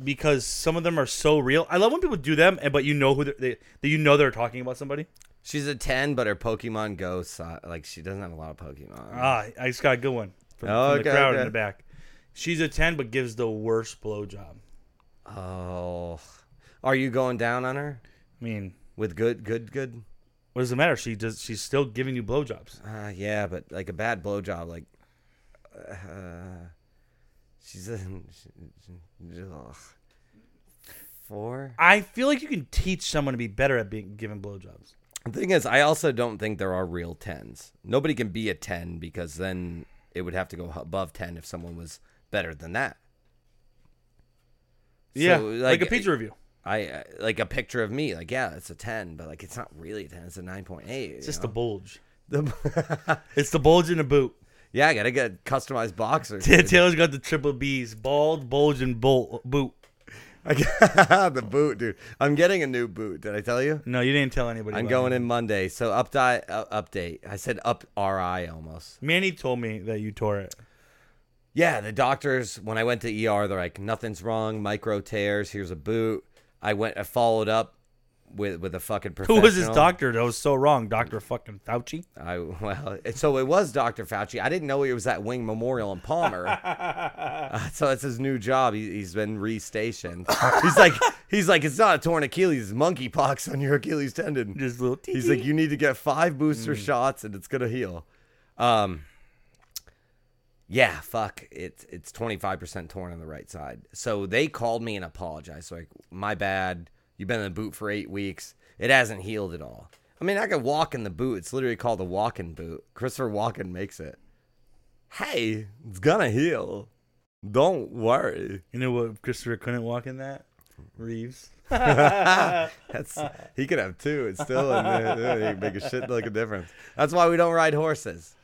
because some of them are so real. I love when people do them, and but you know who they're- they that you know they're talking about somebody. She's a 10, but her Pokemon Go, so- like, she doesn't have a lot of Pokemon. Ah, I just got a good one from, from Oh, the Uh-huh. okay, crowd okay. in the back. She's a ten, but gives the worst blowjob. Oh, are you going down on her I mean, with good, good, good? what does it matter? She does. She's still giving you blowjobs. Uh, yeah, but like a bad blowjob, like uh, she's a ugh. four. I feel like you can teach someone to be better at being given blowjobs. The thing is, I also don't think there are real tens. Nobody can be a ten because then it would have to go above ten if someone was better than that. Yeah, So, like, a pizza review. I uh, like a picture of me. Like, yeah, it's a ten, but like it's not really a ten. It's a nine point eight. It's just the bulge. the It's the bulge in the boot. Yeah, I gotta get customized boxers. Yeah, dude. Taylor's got the triple B's: bald, bulge, and bolt, boot. I got the boot, dude. I'm getting a new boot. Did I tell you? No, you didn't tell anybody. I'm about going it. in Monday. So update, uh, update. I said up RI almost. Manny told me that you tore it. Yeah, the doctors when I went to ER, they're like, nothing's wrong, micro tears. Here's a boot. I went, I followed up with with a fucking Who professional. was his doctor? That was so wrong, Doctor fucking Fauci. I well, it, so it was Dr. Fauci. I didn't know he was at Wing Memorial in Palmer. Uh, so that's his new job. He, he's been restationed. he's like, he's like, it's not a torn Achilles, it's monkeypox on your Achilles tendon. Just little. He's like, you need to get five booster shots and it's gonna heal. Um, yeah, fuck. It's it's twenty five percent torn on the right side. So they called me and apologized. So like, my bad. You've been in the boot for eight weeks. It hasn't healed at all. I mean, I could walk in the boot. It's literally called the walking boot. Christopher Walken makes it. Hey, it's gonna heal. Don't worry. you know what? Christopher couldn't walk in that. Reeves. That's he could have two. It's still in there. He can make a shit like a difference. That's why we don't ride horses.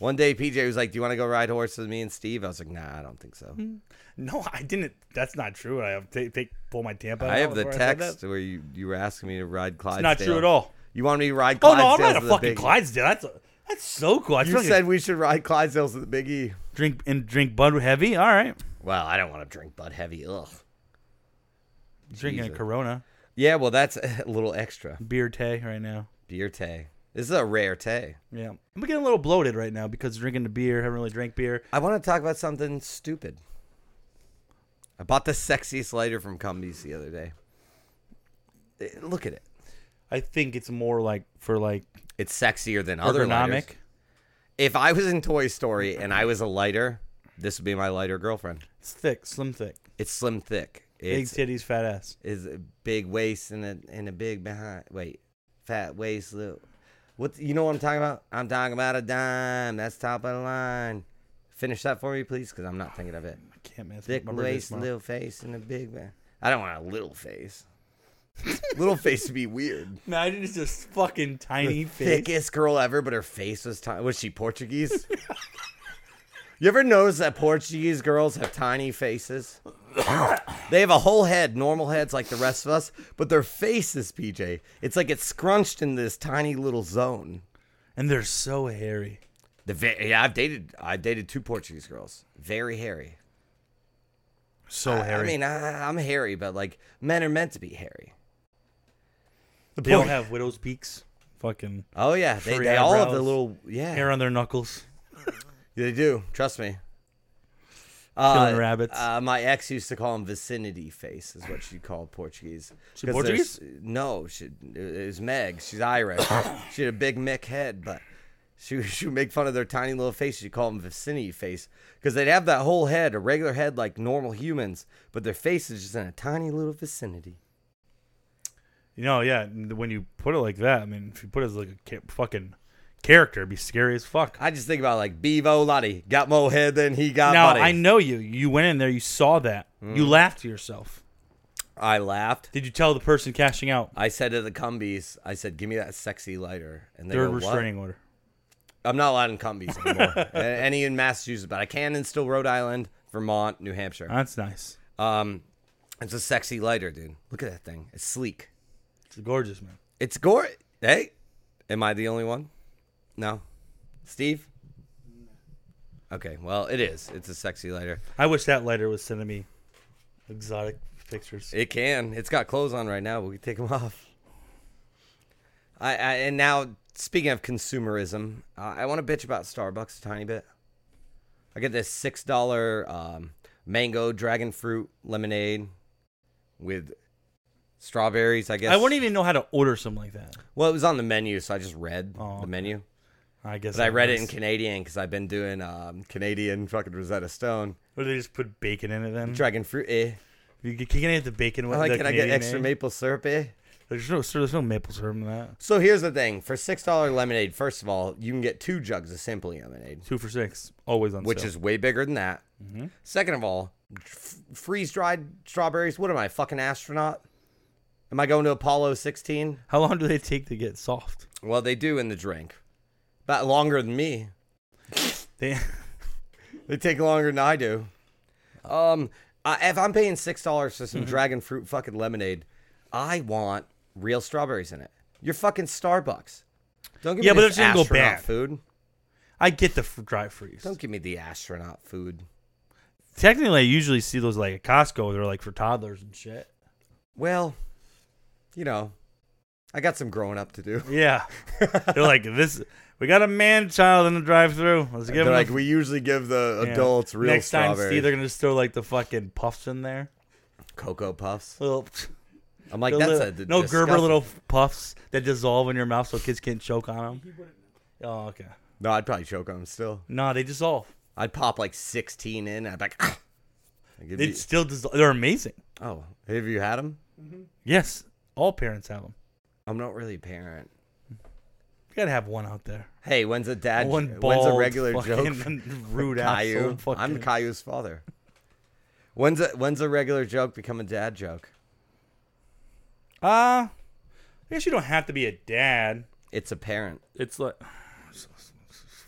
One day PJ was like, "Do you want to go ride horses with me and Steve?" I was like, "Nah, I don't think so." Hmm. No, I didn't. That's not true. I have take, take pull my tampon. I out have the before said that. text where you, you were asking me to ride Clydesdale. It's not true at all. You wanted me to ride Oh Clydesdale. no, I'm not a fucking Clydesdale. That's a, that's so cool. I You feel like said we should ride Clydesdales with the Big E. drink and drink Bud Heavy. All right, Well, I don't want to drink Bud Heavy. Ugh. drinking a Jesus. Corona Yeah, well, that's a little extra. beer tay right now. Beer tay. This is a rare tay. Yeah, I'm getting a little bloated right now because drinking the beer. Haven't really drank beer. I want to talk about something stupid. I bought the sexiest lighter from Cumbies the other day. Eh, Look at it. I think it's more like for like It's sexier than other lighters. ergonomic. If I was in Toy Story and I was a lighter, this would be my lighter girlfriend. It's thick, slim thick. It's slim thick. Big It's titties, fat ass. is a big waist and a and a big behind. Wait, fat waist, little. What you know what I'm talking about? I'm talking about a dime. That's top of the line. Finish that for me, please, because I'm not thinking of it. I can't man. it's Thick my birthday waist, tomorrow. little face, and a big man. I don't want a little face. little face would be weird. Imagine it's just fucking tiny face. Thickest girl ever, but her face was tiny. Was she Portuguese? you ever notice that Portuguese girls have tiny faces? they have a whole head, normal heads like the rest of us, but their faces, PJ, it's like it's scrunched in this tiny little zone. And they're so hairy. The ve- yeah, I've dated I dated two Portuguese girls, very hairy. So I hairy. mean, I, I'm hairy, but like men are meant to be hairy. they don't have widow's peaks. Fucking Oh yeah, they, Furry they all have the eyebrows. little yeah. hair on their knuckles. They do. Trust me. Killing rabbits. Uh, my ex used to call them vicinity face, is what she called Portuguese. She 'Cause there's- Portuguese? No, she it was Meg. She's Irish. she had a big Mick head, but she she would make fun of their tiny little face. She called them vicinity face because they'd have that whole head, a regular head like normal humans, but their face is just in a tiny little vicinity. You know, yeah. and When you put it like that, I mean, if you put it as like a ca- fucking character, it'd be scary as fuck. I just think about like Bevo Lottie got more head than he got now body. I know you. You went in there. You saw that. Mm. You laughed to yourself. I laughed. Did you tell the person cashing out? I said to the cumbies, I said, "Give me that sexy lighter." And they Third go, "What?" restraining order. I'm not allowed in cumbies anymore. A- Any in Massachusetts, but I can in still Rhode Island, Vermont, New Hampshire. That's nice. Um, it's a sexy lighter, dude. Look at that thing. It's sleek. It's gorgeous, man. It's gore. Hey, am I the only one? No, Steve. Okay, well, it is. It's a sexy lighter. I wish that lighter was sending me exotic pictures. It can. It's got clothes on right now. but We can take them off. I, I and now speaking of consumerism, uh, I want to bitch about Starbucks a tiny bit. I get this six dollar um, mango dragon fruit lemonade with strawberries. I guess I wouldn't even know how to order something like that. Well, it was on the menu, so I just read Oh, the okay. menu. I guess But I read it in was. Canadian because I've been doing um, Canadian fucking Rosetta Stone Or they just put bacon in it then? dragon fruit. Eh. You can- can I get the bacon with I'm like, the can I Canadian get extra egg? maple syrup? Eh. There's no, sir, there's no maple syrup in that. So here's the thing: for six dollar lemonade, first of all, you can get two jugs of Simply lemonade, Two for six, always on which sale. is way bigger than that. Mm-hmm. Second of all, f- freeze dried strawberries. What am I, a fucking astronaut? Am I going to Apollo 16? how long do they take to get soft? Well, they do in the drink, but longer than me. They They take longer than I do. Um, I, if I'm paying six dollars for some Mm-hmm. dragon fruit fucking lemonade, I want real strawberries in it. You're fucking Starbucks. Don't give Yeah, me but this they're just gonna go astronaut bad. food. I get the fr- dry freeze. Don't give me the astronaut food. Technically, I usually see those like at Costco. They're like for toddlers and shit. Well, you know, I got some growing up to do. Yeah, they're like this. We got a man child in the drive-through. Let's give They're him like, a- we usually give the Yeah. adults real Next time, strawberries. Steve, they're gonna just throw like the fucking puffs in there. Cocoa puffs. Little, I'm like, the that's little- a d- no Gerber disgusting- little puffs that dissolve in your mouth so kids can't choke on them. Oh, okay. No, I'd probably choke on them still. No, they dissolve. I'd pop like 16 in. I'd be like, I'd give They you- still dissolve. They're amazing. oh, have you had them? Yes, all parents have them. I'm not really a parent. You gotta have one out there. Hey, when's a dad? One when's bald, a regular joke? fucking from rude Caillou? asshole. Fucking, I'm Caillou's father. When's a when's a regular joke become a dad joke? Uh, I guess you don't have to be a dad. It's a parent. It's like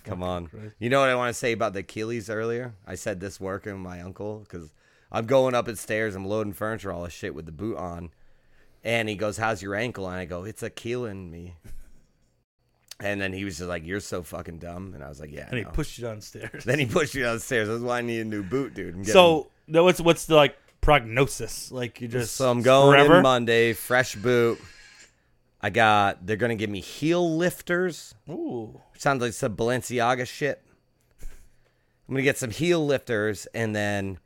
Come on. Christ. You know what I want to say about the Achilles earlier? I said this working with my uncle because I'm going up at stairs, I'm loading furniture, all this shit with the boot on. And he goes, How's your ankle? And I go, It's a killing me. And then he was just like, You're so fucking dumb. And I was like, Yeah. I and he know." pushed you downstairs. then he pushed me downstairs. That's why I need a new boot, dude. I'm getting- so now what's what's the like prognosis? Like you just So I'm going forever? in Monday, fresh boot. I got, they're going to give me heel lifters. Ooh, Sounds like some Balenciaga shit. I'm gonna get some heel lifters, and then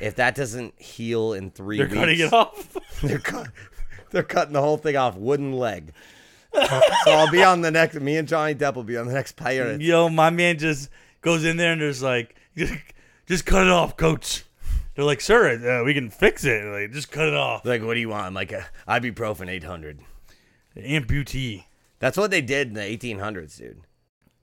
if that doesn't heal in 3 they're weeks, cutting it off. They're, cut, they're cutting the whole thing off, wooden leg. so I'll be on the next. Me and Johnny Depp will be on the next Pirates. Yo, my man just goes in there and there's like, just cut it off, coach. They're like, sir, uh, we can fix it. Like, just cut it off. Like, what do you want? I'm like, uh, ibuprofen 800. Amputee. That's what they did in the 1800s, dude.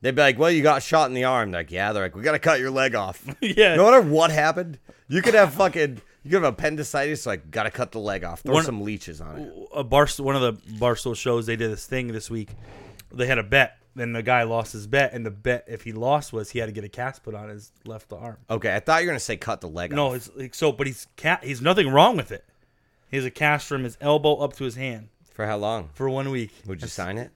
They'd be like, well, you got shot in the arm. Like, yeah. They're like, we got to cut your leg off. yeah. No matter what happened, you could have fucking, you could have appendicitis. Like, got to cut the leg off. Throw One- some leeches on it. a bar one of the Barstool shows they did this thing this week. They had a bet, and the guy lost his bet, and the bet if he lost was he had to get a cast put on his left arm. Okay, I thought you were gonna say cut the leg off. No, it's like so, but he's cat. He's nothing wrong with it. He has a cast from his elbow up to his hand For how long? for one week. Would you sign it?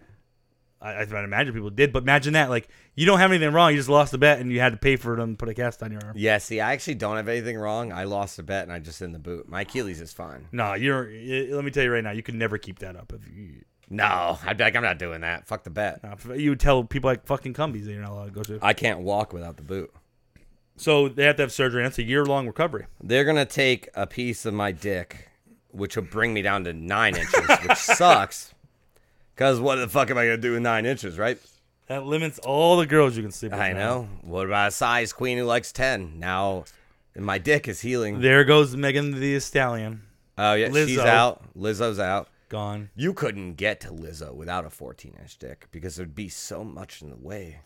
I, I might imagine people did, but imagine that like you don't have anything wrong. You just lost the bet, and you had to pay for it and put a cast on your arm. Yeah. See, I actually don't have anything wrong. I lost a bet and I just in the boot. My Achilles is fine. No, you're. y- Let me tell you right now, you could never keep that up. If you, No, I'd be like, I'm not doing that. Fuck the bet. no, if you would tell people like fucking cumbies that you're not allowed to go to. I can't walk without the boot. So they have to have surgery. and That's a year long recovery. They're gonna take a piece of my dick, which will bring me down to nine inches, which sucks. Cause what the fuck am I gonna do with nine inches, right? That limits all the girls you can sleep with. I now. know. What about a size queen who likes ten? Now, my dick is healing. There goes Megan the Stallion. Oh yeah, she's Lizzo. out. Lizzo's out. Gone. You couldn't get to Lizzo without a 14 inch dick because there'd be so much in the way.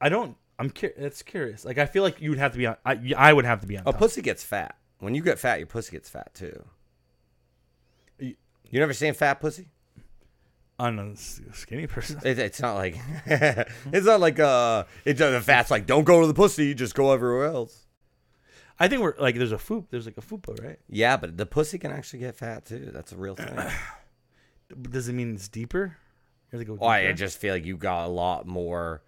I don't. I'm curious. That's curious. Like I feel like you would have to be on. I, I would have to be on. A top. pussy gets fat. When you get fat, your pussy gets fat too. You Y- never seen fat pussy? on a s- skinny person. It, it's not like it's not like uh, it's uh, the fat's like don't go to the pussy, just go everywhere else. I think we're like there's a foop. There's like a fupa, right? Yeah, but the pussy can actually get fat too. That's a real thing. But Does it mean it's deeper? You have to go Oh, I deeper? just feel like you got a lot more.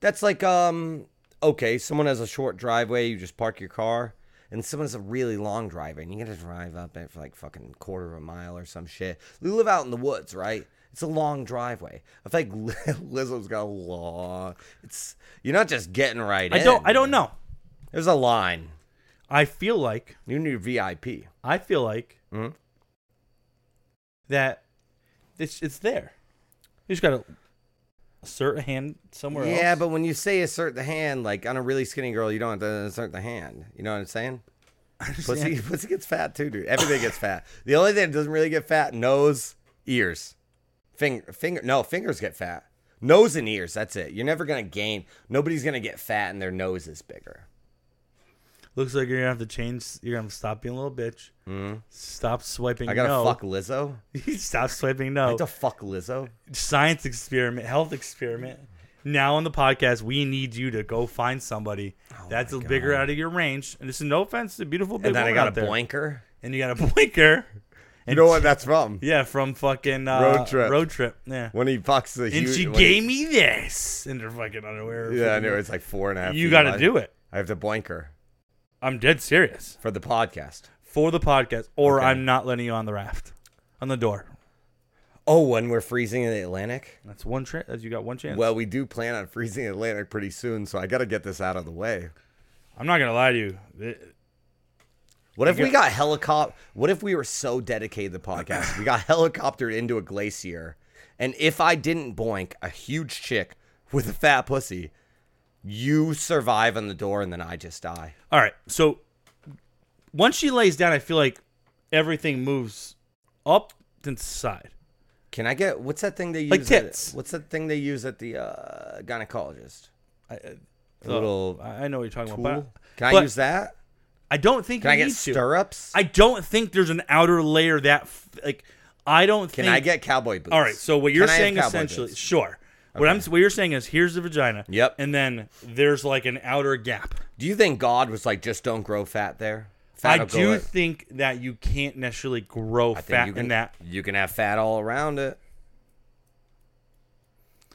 That's like um okay, someone has a short driveway, you just park your car, and someone has a really long driveway, and you gotta drive up it for like fucking quarter of a mile or some shit. You live out in the woods, right? It's a long driveway. I feel like Lizzo's got a long. It's you're not just getting right. I don't. I in. don't know. There's a line. I feel like. You need VIP. I feel like. Mhm. That, it's it's there. You just gotta assert a hand somewhere else. yeah, but when you say assert the hand, like on a really skinny girl, you don't have to assert the hand. You know what I'm saying? Pussy, pussy gets fat too, dude. Everything gets fat. The only thing that doesn't really get fat: nose, ears, finger, finger. No, fingers get fat. Nose and ears. That's it. You're never gonna gain. Nobody's gonna get fat, and their nose is bigger. Looks like you're gonna have to change. You're gonna have to stop being a little bitch. Stop swiping. Mm-hmm. I gotta no. Oh. fuck Lizzo. stop swiping. I No. have to fuck Lizzo. Science experiment, health experiment. Now on the podcast, we need you to go find somebody that's a bigger out of your range. And this is no offense to beautiful big Oh And then I woman got a out there. blinker. And you got a blinker. You know what that's from? Yeah, from fucking uh, Road Trip. Road trip. Yeah. When he fucks the. and huge, she when he- gave me this in her fucking underwear. Yeah, I knew it's like four and a half. You feet got to wide. do it. I have to blinker I'm dead serious for the podcast. for the podcast, or Okay. I'm not letting you on the raft, on the door. Oh, when we're freezing in the Atlantic? That's one chance. You got one chance. Well, we do plan on freezing the Atlantic pretty soon, so I got to get this out of the way. I'm not gonna lie to you. It- What if we uh, got helicopter? What if we were so dedicated to the podcast? We got helicoptered into a glacier, and if I didn't boink a huge chick with a fat pussy, you survive on the door, and then I just die. All right. So once she lays down, I feel like everything moves up and side. Can I get what's that thing they use? Like at- tits. what's that thing they use at the uh, gynecologist? I, I- A little I I know what you're talking about. tool. But, Can I but use that? I don't think. Can you I get need to. stirrups? I don't think there's an outer layer that f- like I don't. Can think, I get cowboy boots? All right. So what you're Can I have saying cowboy essentially, boots? sure. What I'm what you're saying is here's the vagina. Yep. And then there's like an outer gap. Do you think God was like, just don't grow fat there? Fat I will go do it. think that you can't necessarily grow think fat you can, in that. You can have fat all around it.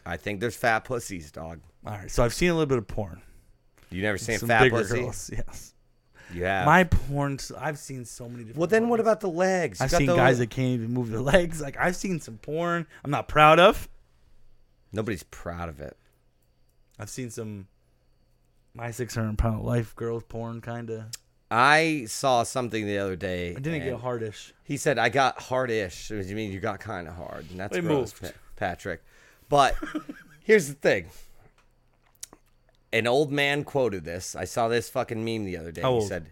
I think there's fat pussies, dog. All right. So I've seen a little bit of porn. You never seen Some fat bigger pussy? girls. Yes. You have. My porn. I've seen so many different. well, then what porns. about the legs? You I've got seen the- guys that can't even move their legs. Like I've seen some porn. I'm not proud of. Nobody's proud of it. I've seen some my 600 pound life girls porn kind of. I saw something the other day. I didn't and get hardish. He said, I got hard-ish. What do You mean you got kind of hard? And that's We gross, moved. Pa- Patrick. But here's the thing. An old man quoted this. I saw this fucking meme the other day. How he old? said,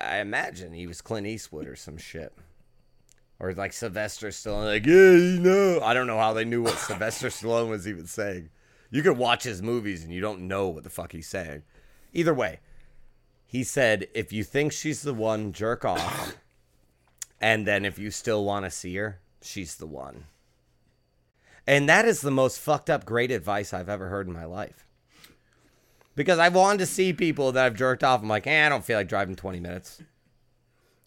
I imagine he was Clint Eastwood or some shit. Or like Sylvester Stallone, like, yeah, you know. I don't know how they knew what Sylvester Stallone was even saying. You could watch his movies and you don't know what the fuck he's saying. Either way, he said, if you think she's the one, jerk off. and then if you still want to see her, she's the one. And that is the most fucked up great advice I've ever heard in my life. Because I've wanted to see people that I've jerked off. I'm like, eh, I don't feel like driving 20 minutes.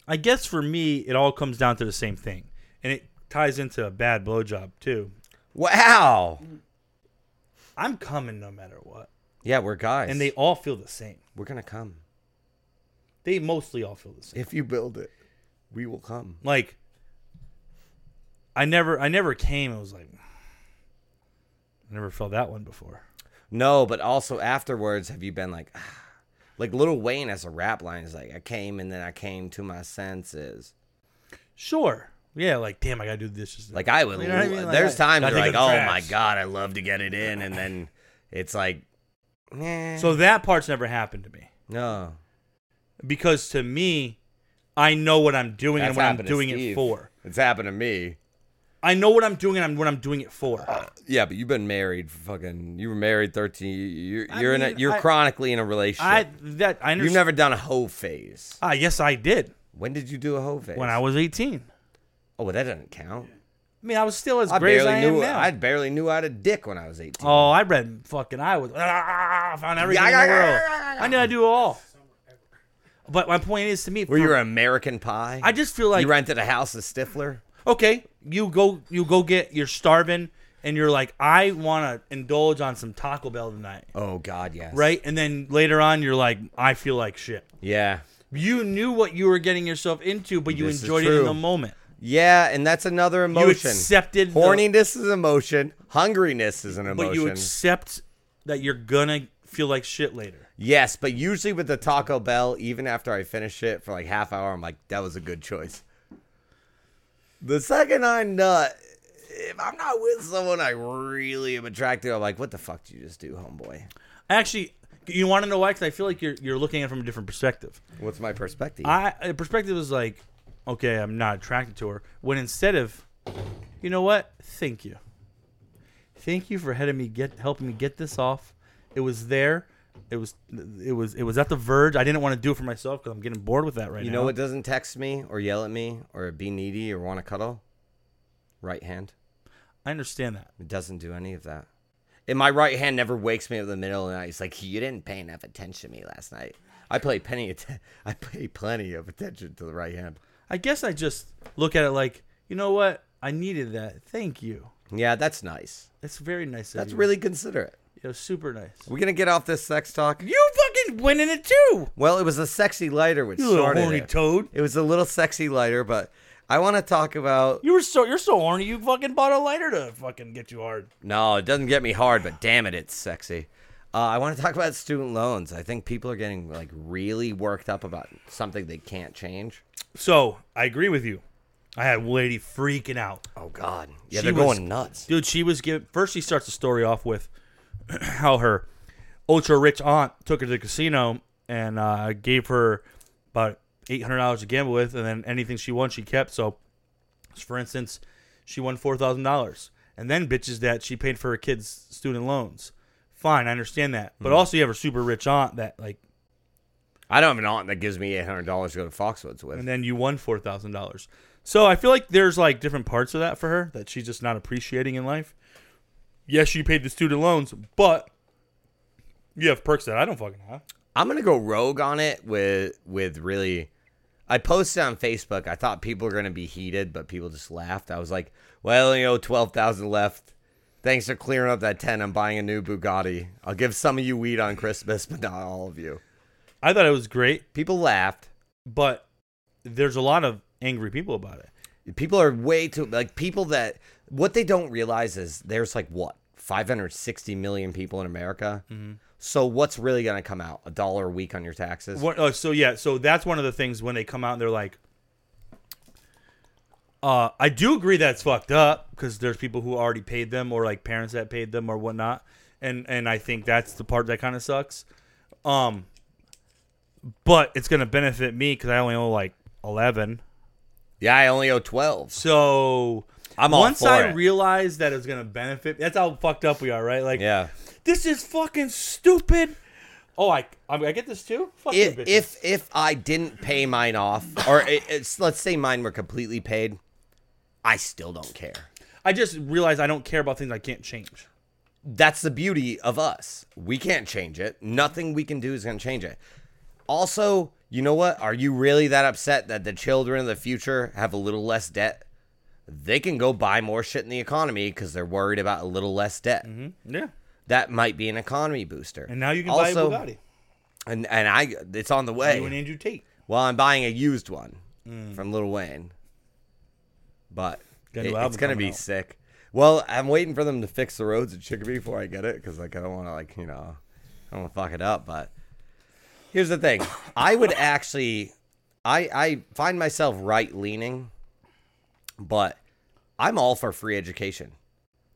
I guess for me, it all comes down to the same thing, and it ties into a bad blowjob too. Wow. I'm coming no matter what, Yeah, we're guys. and they all feel the same. we're gonna come. They mostly all feel the same. If you build it, we will come. Like, I never, I never came. It was like, I never felt that one before. No, but also afterwards, have you been like, ah. like Little Wayne as a rap line is like, I came and then I came to my senses. Sure, yeah, like damn, I gotta do the dishes. Like I would. You know what I mean? Like, there's I- times I you're think like, of oh tracks." my god, I love to get it in, and then it's like, nah. so that part's never happened to me no. because to me, I know what I'm doing That's and what I'm happened to doing it Steve. for. It's happened to me. I know what I'm doing and I'm, what I'm doing it for. Yeah, but you've been married. for Fucking, you were married 13. You're I you're in mean, a you're I- chronically in a relationship. I that I understand. You've never done a hoe phase. Ah, yes, I did When did you do a hoe phase? when I was 18. Oh, well, that doesn't count. I mean, I was still as I great as barely I am knew. now. I barely knew I had a dick when I was 18. Oh, I read fucking. I was ah, found everything in the world. I knew I do it all. But my point is to me, Were you for- an American Pie? I just feel like you rented a house at Stifler. okay, you go, you go get. You're starving, and you're like, I want to indulge on some Taco Bell tonight, Oh God, yes. right? And then later on, you're like, I feel like shit. Yeah. You knew what you were getting yourself into, but you This is enjoyed it in true. the moment. Yeah, and that's another emotion. accepted the- horniness is emotion. Hungriness is an emotion. But you accept that you're gonna feel like shit later. yes, but usually with the Taco Bell, even after I finish it for like half hour, I'm like, that was a good choice. The second I nut, if I'm not with someone I really am attracted, I'm like, what the fuck did you just do, homeboy? Actually, you want to know why? Because I feel like you're you're looking at it from a different perspective. What's my perspective? I uh, perspective is like, okay, I'm not attracted to her. When instead of, you know what? Thank you. Thank you for helping me get helping me get this off. It was there. It was it was it was at the verge. I didn't want to do it for myself because I'm getting bored with that right you now. know what doesn't text me or yell at me or be needy or want to cuddle? Right hand. I understand that. It doesn't do any of that. And my right hand never wakes me up in the middle of the night. He's like, you didn't pay enough attention to me last night. I play penny. Att- I pay plenty of attention to the right hand. I guess I just look at it like, you know what? I needed that. Thank you. Yeah, that's nice. That's very nice. of That's you. really considerate. It was super nice. We're gonna get off this sex talk. You fucking went in it too. Well, it was a sexy lighter which You little started horny it. toad. It was a little sexy lighter, but I want to talk about. You were so you're so horny. You fucking bought a lighter to fucking get you hard. No, it doesn't get me hard, but damn it, it's sexy. Uh, I want to talk about student loans. I think people are getting like really worked up about something they can't change. So I agree with you. I had a lady freaking out, Oh God! Yeah, She they're was- going nuts. dude. She was giving. First, she starts the story off with how her ultra rich aunt took her to the casino and uh, gave her about eight hundred dollars to gamble with, and then anything she won, she kept. So, for instance, she won four thousand dollars, and then bitches that she paid for her kids' student loans. Fine, I understand that, but also you have her super rich aunt that like I don't have an aunt that gives me eight hundred dollars to go to Foxwoods with. and then you won four thousand dollars. So I feel like there's like different parts of that for her that she's just not appreciating in life. Yes, you paid the student loans, but you have perks that I don't fucking have. I'm gonna go rogue on it with with really. I posted on Facebook. I thought people were gonna be heated, but people just laughed. I was like, "Well, you know, twelve thousand left. Thanks for clearing up that ten. I'm buying a new Bugatti. I'll give some of you weed on Christmas, but not all of you." I thought it was great, People laughed. but there's a lot of angry people about it. People are way too like people that what they don't realize is there's like what 560 million people in America. Mm-hmm. So what's really going to come out? A dollar a week on your taxes? What, oh, so yeah, so that's one of the things when they come out and they're like, uh, I do agree that's fucked up because there's people who already paid them or like parents that paid them or whatnot, and and I think that's the part that kind of sucks. Um, but it's gonna benefit me because I only owe like eleven. Yeah, I only owe twelve. So I'm all once for I it. realized that it was gonna benefit, that's how fucked up we are, right? Like, Yeah. this is fucking stupid. Oh, I I, I get this too. Fuck you, If bitches. if, if I didn't pay mine off, or it, it's, let's say mine were completely paid, I still don't care. I just realized I don't care about things I can't change. that's the beauty of us. We can't change it. Nothing we can do is going to change it. Also, you know what? Are you really that upset that the children of the future have a little less debt? They can go buy more shit in the economy because they're worried about a little less debt. Yeah, That might be an economy booster. Mm-hmm. and now you can Also- buy a Bugatti. And and I, it's on the way. You and Andrew Tate. Well, I'm buying a used one from Lil Wayne, but Mm. Got a new it- album it's gonna coming be out. sick. Well, I'm waiting for them to fix the roads at Chicopee before I get it because like I don't want to like you know I don't want to fuck it up. But here's the thing: I would actually, I I find myself right leaning, but I'm all for free education.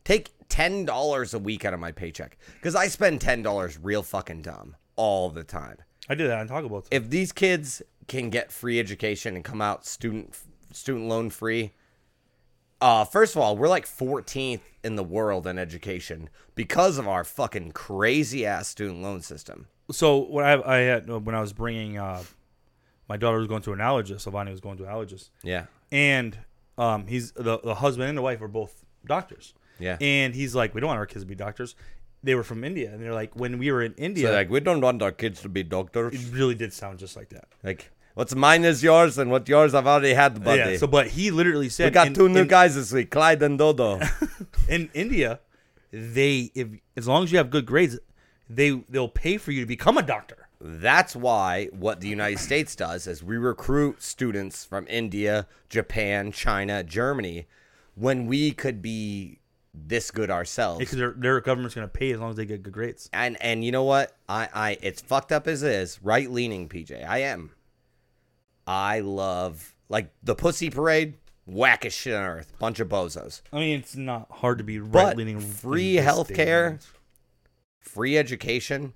Take ten dollars a week out of my paycheck because I spend ten dollars real fucking dumb all the time I did that on Taco Bell. if these kids can get free education and come out student student loan free uh first of all we're like 14th in the world in education because of our fucking crazy ass student loan system so when I, I had when I was bringing uh, my daughter was going to an allergist. Silvani was going to an allergist, yeah and um, he's the the husband and the wife are both doctors. Yeah. and he's like, we don't want our kids to be doctors. They were from India, and they're like, when we were in India, like we don't want our kids to be doctors it really did sound just like that. like what's mine is yours and what yours i've already had buddy Yeah. So, but he literally said, we got in, two new in- guys this week clyde and dodo in India, they if as long as you have good grades, they they'll pay for you to become a doctor. That's why what the United States does is we recruit students from India, Japan, China, Germany when we could be this good ourselves. Because their, their government's going to pay as long as they get good grades. And and you know what? I I it's fucked up as it is, right leaning PJ. I am. I love like the pussy parade, whackest shit on earth, bunch of bozos. I mean, it's not hard to be right But leaning. free healthcare, free education,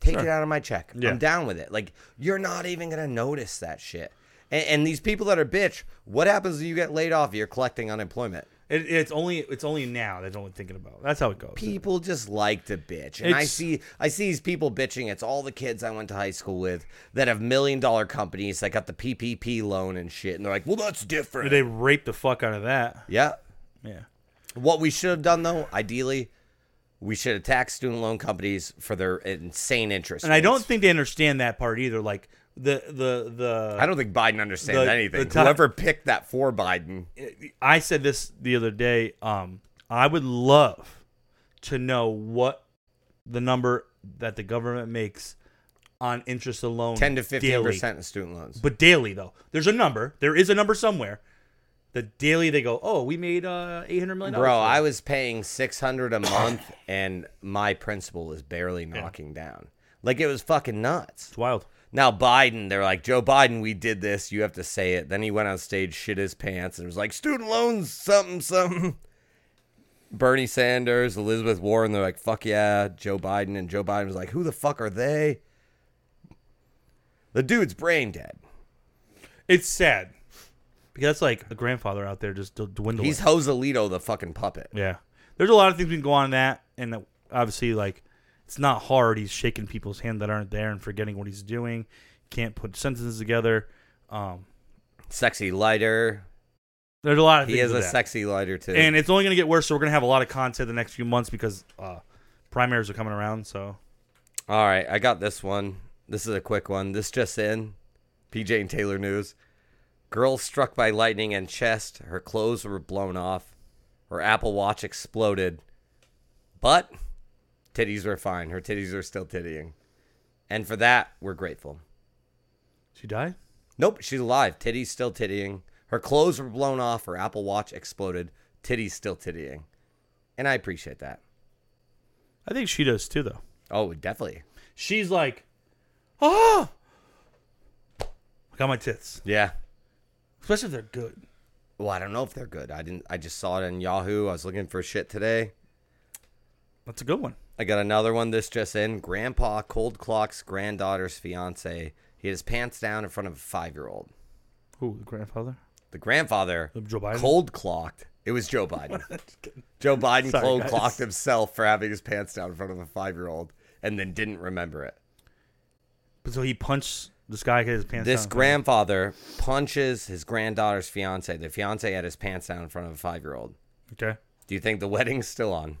take it out of my check. Yeah. I'm down with it. Like you're not even gonna notice that shit. And, and these people that are bitch, what happens when you get laid off? You're collecting unemployment. It, it's only it's only now that's only thinking about. That's how it goes. People just like to bitch, and I It's- see I see these people bitching. It's all the kids I went to high school with that have million dollar companies that got the PPP loan and shit, and they're like, "Well, that's different." They rape the fuck out of that. yeah, Yeah. What we should have done, though, ideally, we should have taxed student loan companies for their insane interest. And I don't rates. think they understand that part either. Like the the the I don't think Biden understands The- anything. the ti- Whoever picked that for Biden, I said this the other day. Um, I would love to know what the number that the government makes on interest alone, ten to fifteen daily. percent of student loans. but daily though. There's a number. There is a number somewhere. The daily they go, oh, we made uh, eight hundred million. Bro, I was paying six hundred a month, and my principal was barely knocking down. Like it was fucking nuts. it's wild. Now Biden, they're like Joe Biden, we did this. You have to say it. Then he went on stage, shit his pants, and was like student loans, something, something. Bernie Sanders, Elizabeth Warren, they're like fuck yeah, Joe Biden, and Joe Biden was like, who the fuck are they? The dude's brain dead. It's sad because that's like a grandfather out there just d- dwindling. He's Joselito, the fucking puppet. yeah. There's a lot of things we can go on in that, and that- obviously, like it's not hard. He's shaking people's hand that aren't there and forgetting what he's doing. Can't put sentences together. Um, Sexy lighter. there's a lot of He things is with a that. sexy lighter too. and it's only gonna get worse. So we're gonna have a lot of content the next few months because uh, primaries are coming around. So All right, I got this one. This is a quick one. This just in. PJ and Taylor news. Girl struck by lightning in chest. Her clothes were blown off. Her Apple Watch exploded. But titties were fine. Her titties are still tittying. And for that, we're grateful. she died. Nope, she's alive. Titties still tittying. Her clothes were blown off. Her Apple Watch exploded. Titties still tittying. And I appreciate that. I think she does too, though. Oh, definitely. She's like, oh, I got my tits, Yeah. especially if they're good. Well, I don't know if they're good. I didn't. I just saw it on Yahoo. I was looking for shit today. That's a good one. I got another one. This just in: Grandpa cold clocks granddaughter's fiance He had his pants down in front of a five year old. Who the grandfather? The grandfather Of Joe Biden? cold clocked. It was Joe Biden. Joe Biden Sorry, cold guys. clocked himself for having his pants down in front of a five year old and then didn't remember it. But so he punched this guy because his pants. This down. grandfather punches his granddaughter's fiance. The fiance had his pants down in front of a five year old. Okay. Do you think the wedding's still on?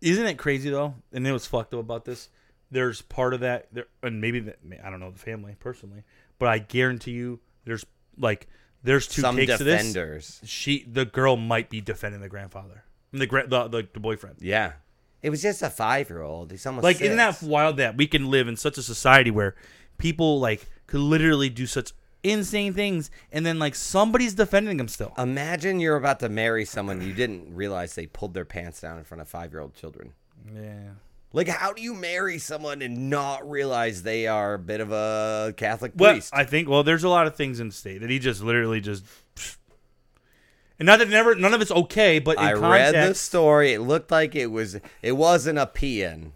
Isn't it crazy though? And it was fucked up about this. There's part of that, there, and maybe that, I don't know the family personally, but I guarantee you, there's like there's two Some takes to this. defenders. She, the girl, might be defending the grandfather, the gra- the, the, the boyfriend. Yeah. It was just a five year old. He's almost Like, is is isn't that wild that we can live in such a society where people like could literally do such insane things, and then like somebody's defending them still. Uh, Imagine you're about to marry someone you didn't realize they pulled their pants down in front of five year old children. Yeah. Like, how do you marry someone and not realize they are a bit of a Catholic Well, priest? I think well, there's a lot of things in state that he just literally just. And not that never none of it's okay, but in I context, read the story. It looked like it was. It wasn't a peeing.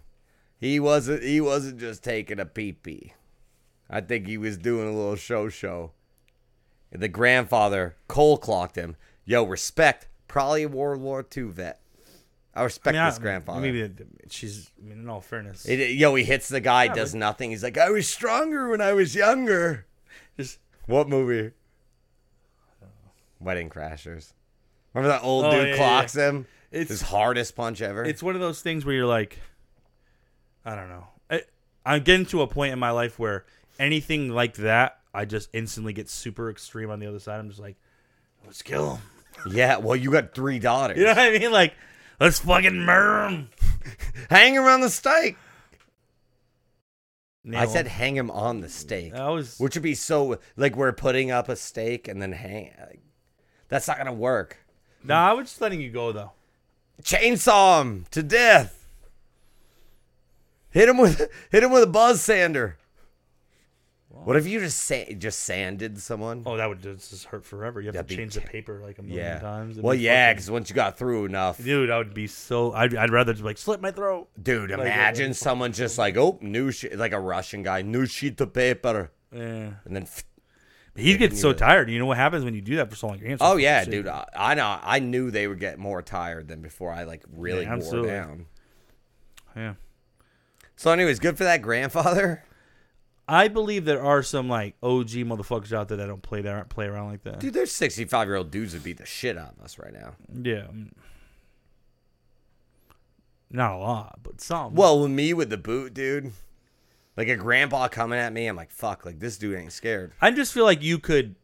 He wasn't. He wasn't just taking a pee pee. I think he was doing a little show show. The grandfather Cole clocked him. Yo, respect. Probably a World War II vet. I I respect mean, I- this grandfather. Maybe it- she's. I mean, in all fairness, It- it- yo, he hits the guy, does nothing. He's like, I was stronger when I was younger. just What movie? Wedding Crashers. Remember that old Oh, dude yeah, yeah, clocks him? It's- his hardest punch ever. it's one of those things where you're like, I don't know. I, I'm getting to a point in my life where anything like that, I just instantly get super extreme on the other side. I'm just like, let's kill him. Yeah, well, you got three daughters. You know what I mean? Like, let's fucking murder him. Hang him on the stake. Nail I him. said hang him on the stake, I was. which would be so like we're putting up a stake and then hang. Like, that's not gonna work. No, I was just letting you go though. Chainsaw him to death. Hit him with hit him with a buzz sander. What if you just sa- just sanded someone? Oh, that would just just hurt forever. You have That'd to be change ter- the paper like a million yeah. times. It'd well, be yeah, fucking- because once you got through enough, dude, I would be so. I'd, I'd rather just like slit my throat. dude. like, uh, Imagine someone just like, oh, new shit, like a Russian guy, new sheet of paper, Yeah, and then he'd get so tired. You know what happens when you do that for so long? Your hands are Oh fucking yeah, shaking. dude. I, I know. I knew they would get more tired than before. I like really Yeah, wore absolutely. down. Yeah, So, anyways, good for that grandfather, I believe there are some like OG motherfuckers out there that don't play that aren't play around like that. dude. There's 65 year old dudes would beat the shit out of us right now. Yeah, Mm. not a lot, but some. Well, with me with the boot, dude. Like a grandpa coming at me, I'm like, fuck. Like this dude ain't scared. I just feel like you could,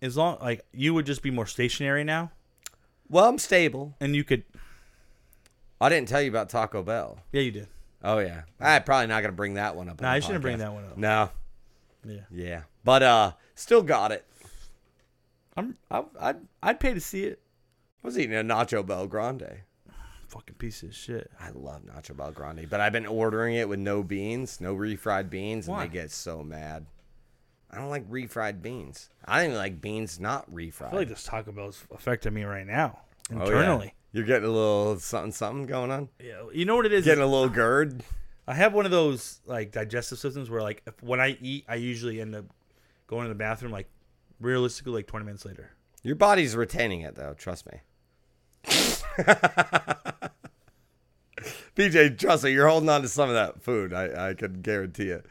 as long like you would just be more stationary now, Well, I'm stable. and you could. I didn't tell you about Taco Bell. Yeah, you did. Oh yeah, I'm probably not gonna bring that one up. on Nah, the you shouldn't bring podcast. that one up. No. Yeah. Yeah, but uh, still got it. I'm. I, I'd. I'd pay to see it. I was eating a Nacho Bel Grande. Fucking piece of shit. I love Nacho Bel Grande, but I've been ordering it with no beans, no refried beans, Why? and they get so mad. I don't like refried beans. I don't even like beans not refried. I feel like this Taco Bell's affecting me right now Oh, yeah. internally. You're getting a little something something going on. yeah. you know what it is. Getting a little GERD. I have one of those like digestive systems where like if, when I eat, I usually end up going to the bathroom like realistically like 20 minutes later. Your body's retaining it though, trust me. BJ, trust me, you're holding on to some of that food. I, I can guarantee it.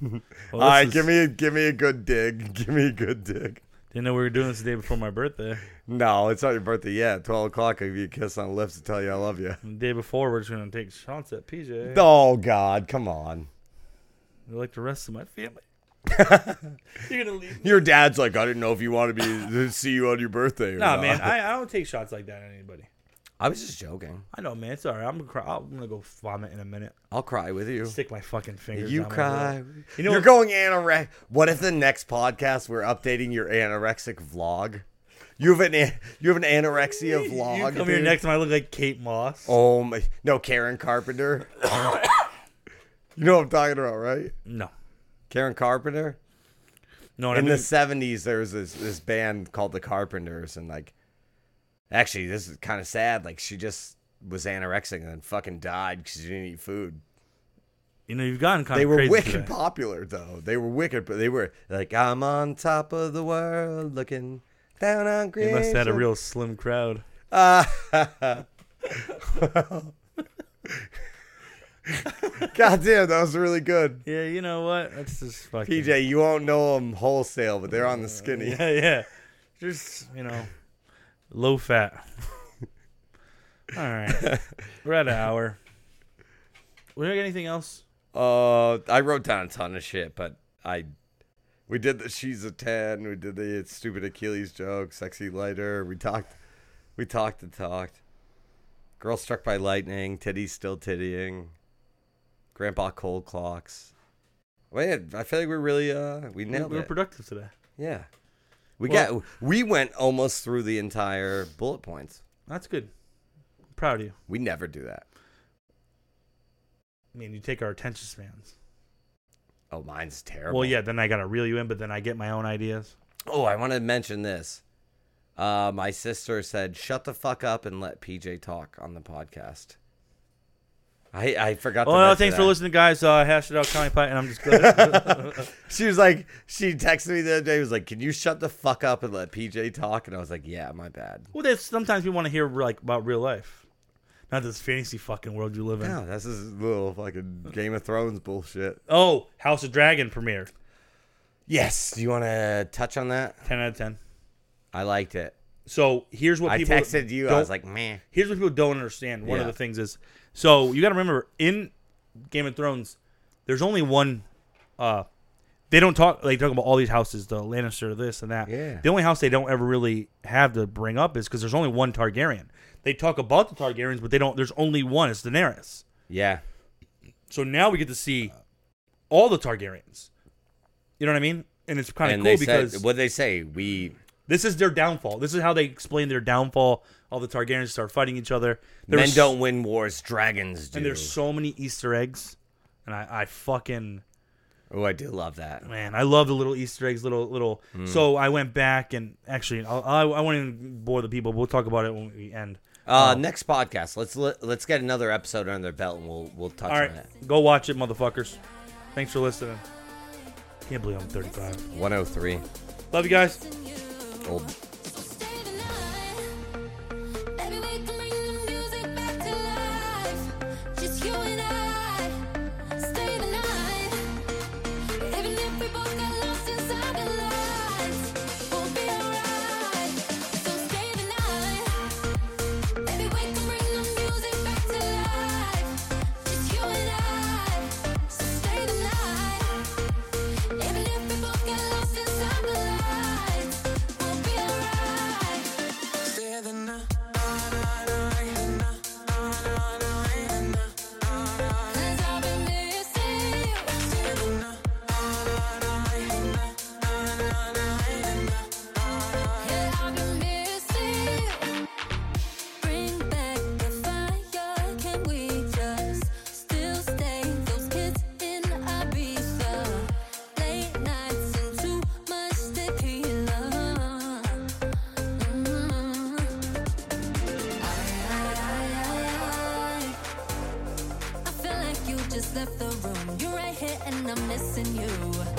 Well, this All right, is- give me a, give me a good dig. Give me a good dig. Didn't know we were doing this the day before my birthday. No, it's not your birthday yet. Twelve o'clock. I give you a kiss on the lips to tell you I love you. The day before, we're just gonna take shots at PJ. Oh God, come on. Like the rest of my family. You're gonna leave. Your dad's like, I didn't know if you wanted me to see you on your birthday. Or No, not." man, I, I don't take shots like that on anybody. I was just joking. I know, man. It's all right. I'm gonna cry. I'm gonna go vomit in a minute. I'll cry with you. Stick my fucking fingers. You down my cry. throat. You You know are what- going anorexic. What if the next podcast we're updating your anorexic vlog? You have an an- you have an anorexia You- vlog. You come here dude? next time. I look like Kate Moss. Oh my! No, Karen Carpenter. you know what I'm talking about, right? No, Karen Carpenter. no. in I the mean, seventies, there was this this band called the Carpenters, and like, actually, this is kind of sad. Like, she just was anorexic and then fucking died because she didn't eat food. You know, you've gotten kind They of were crazy wicked today. popular though. They were wicked, but they were like, "I'm on top of the world, looking down on They creation." must have had a real slim crowd. God damn, that was really good. Yeah, you know what? That's just fucking PJ, you won't know them wholesale, but they're on the skinny. Yeah, yeah. Just you know, low fat. All right, we're at an hour. We got anything else? Uh, I wrote down a ton of shit, but I. We did the she's a ten. We did the stupid Achilles joke, sexy lighter. We talked, we talked and talked. Girl struck by lightning. Titties still tittying. Grandpa cold clocks. Well, yeah, I feel like we're really uh We we nailed were it. productive today. yeah, we Well- got we went almost through the entire bullet points. That's good. proud of you. We never do that. I mean, you take our attention spans. Oh, mine's terrible. Well, yeah. Then I gotta reel you in, but then I get my own ideas. Oh, I want to mention this. Uh, my sister said, "Shut the fuck up and let PJ talk on the podcast." I I forgot. to Oh, no, mention thanks for that. listening, guys. Uh, hash it out, County Pie, and I'm just glad. She was like, she texted me the other day. Was like, "Can you shut the fuck up and let PJ talk?" And I was like, "Yeah, my bad." well, that's sometimes we want to hear like about real life, not this fantasy fucking world you live in. No, this is little fucking Game of Thrones bullshit. Oh, House of Dragon premiere. Yes, do you want to touch on that? Ten out of ten. I liked it. So here's what I people texted you. I don't- was like, "Man, here's what people don't understand. One of Yeah. the things is, so you got to remember in Game of Thrones, there's only one. uh They don't talk. They talk about all these houses, the Lannister, this and that. Yeah. The only house they don't ever really have to bring up is because there's only one Targaryen. They talk about the Targaryens, but they don't. There's only one. It's Daenerys. yeah, So now we get to see all the Targaryens. You know what I mean? And it's kind of and cool they because said, what they say? We this is their downfall. This is how they explain their downfall. All the Targaryens start fighting each other. There men was- don't win wars, dragons do." And there's so many Easter eggs, and I, I fucking oh, I do love that. man, I love the little Easter eggs, little little. Hmm. So I went back and actually, I'll, I I won't even bore the people. We'll talk about it when we end. Uh, Oh. next podcast, let's let, let's get another episode under their belt, and we'll we'll touch All right, on it. go watch it, motherfuckers. Thanks for listening. Can't believe I'm 35. One hundred three, Love you guys. old So stay the night. Maybe we can bring the music back to life. Just you and I. Stay the night. Even if we both got lost inside the lights, we'll be alright. So stay the night. Maybe we can bring the music back to life. Just you and I. So stay the night. Even if we both get lost inside the lights, we'll be alright. Cause I've been missing you. Yeah, I've been missing you. Bring back the fire, can we just still stay those kids in Ibiza? Late nights and too much tequila. Mm-hmm. mm I feel like you just left the room. You're right here and I'm missing you.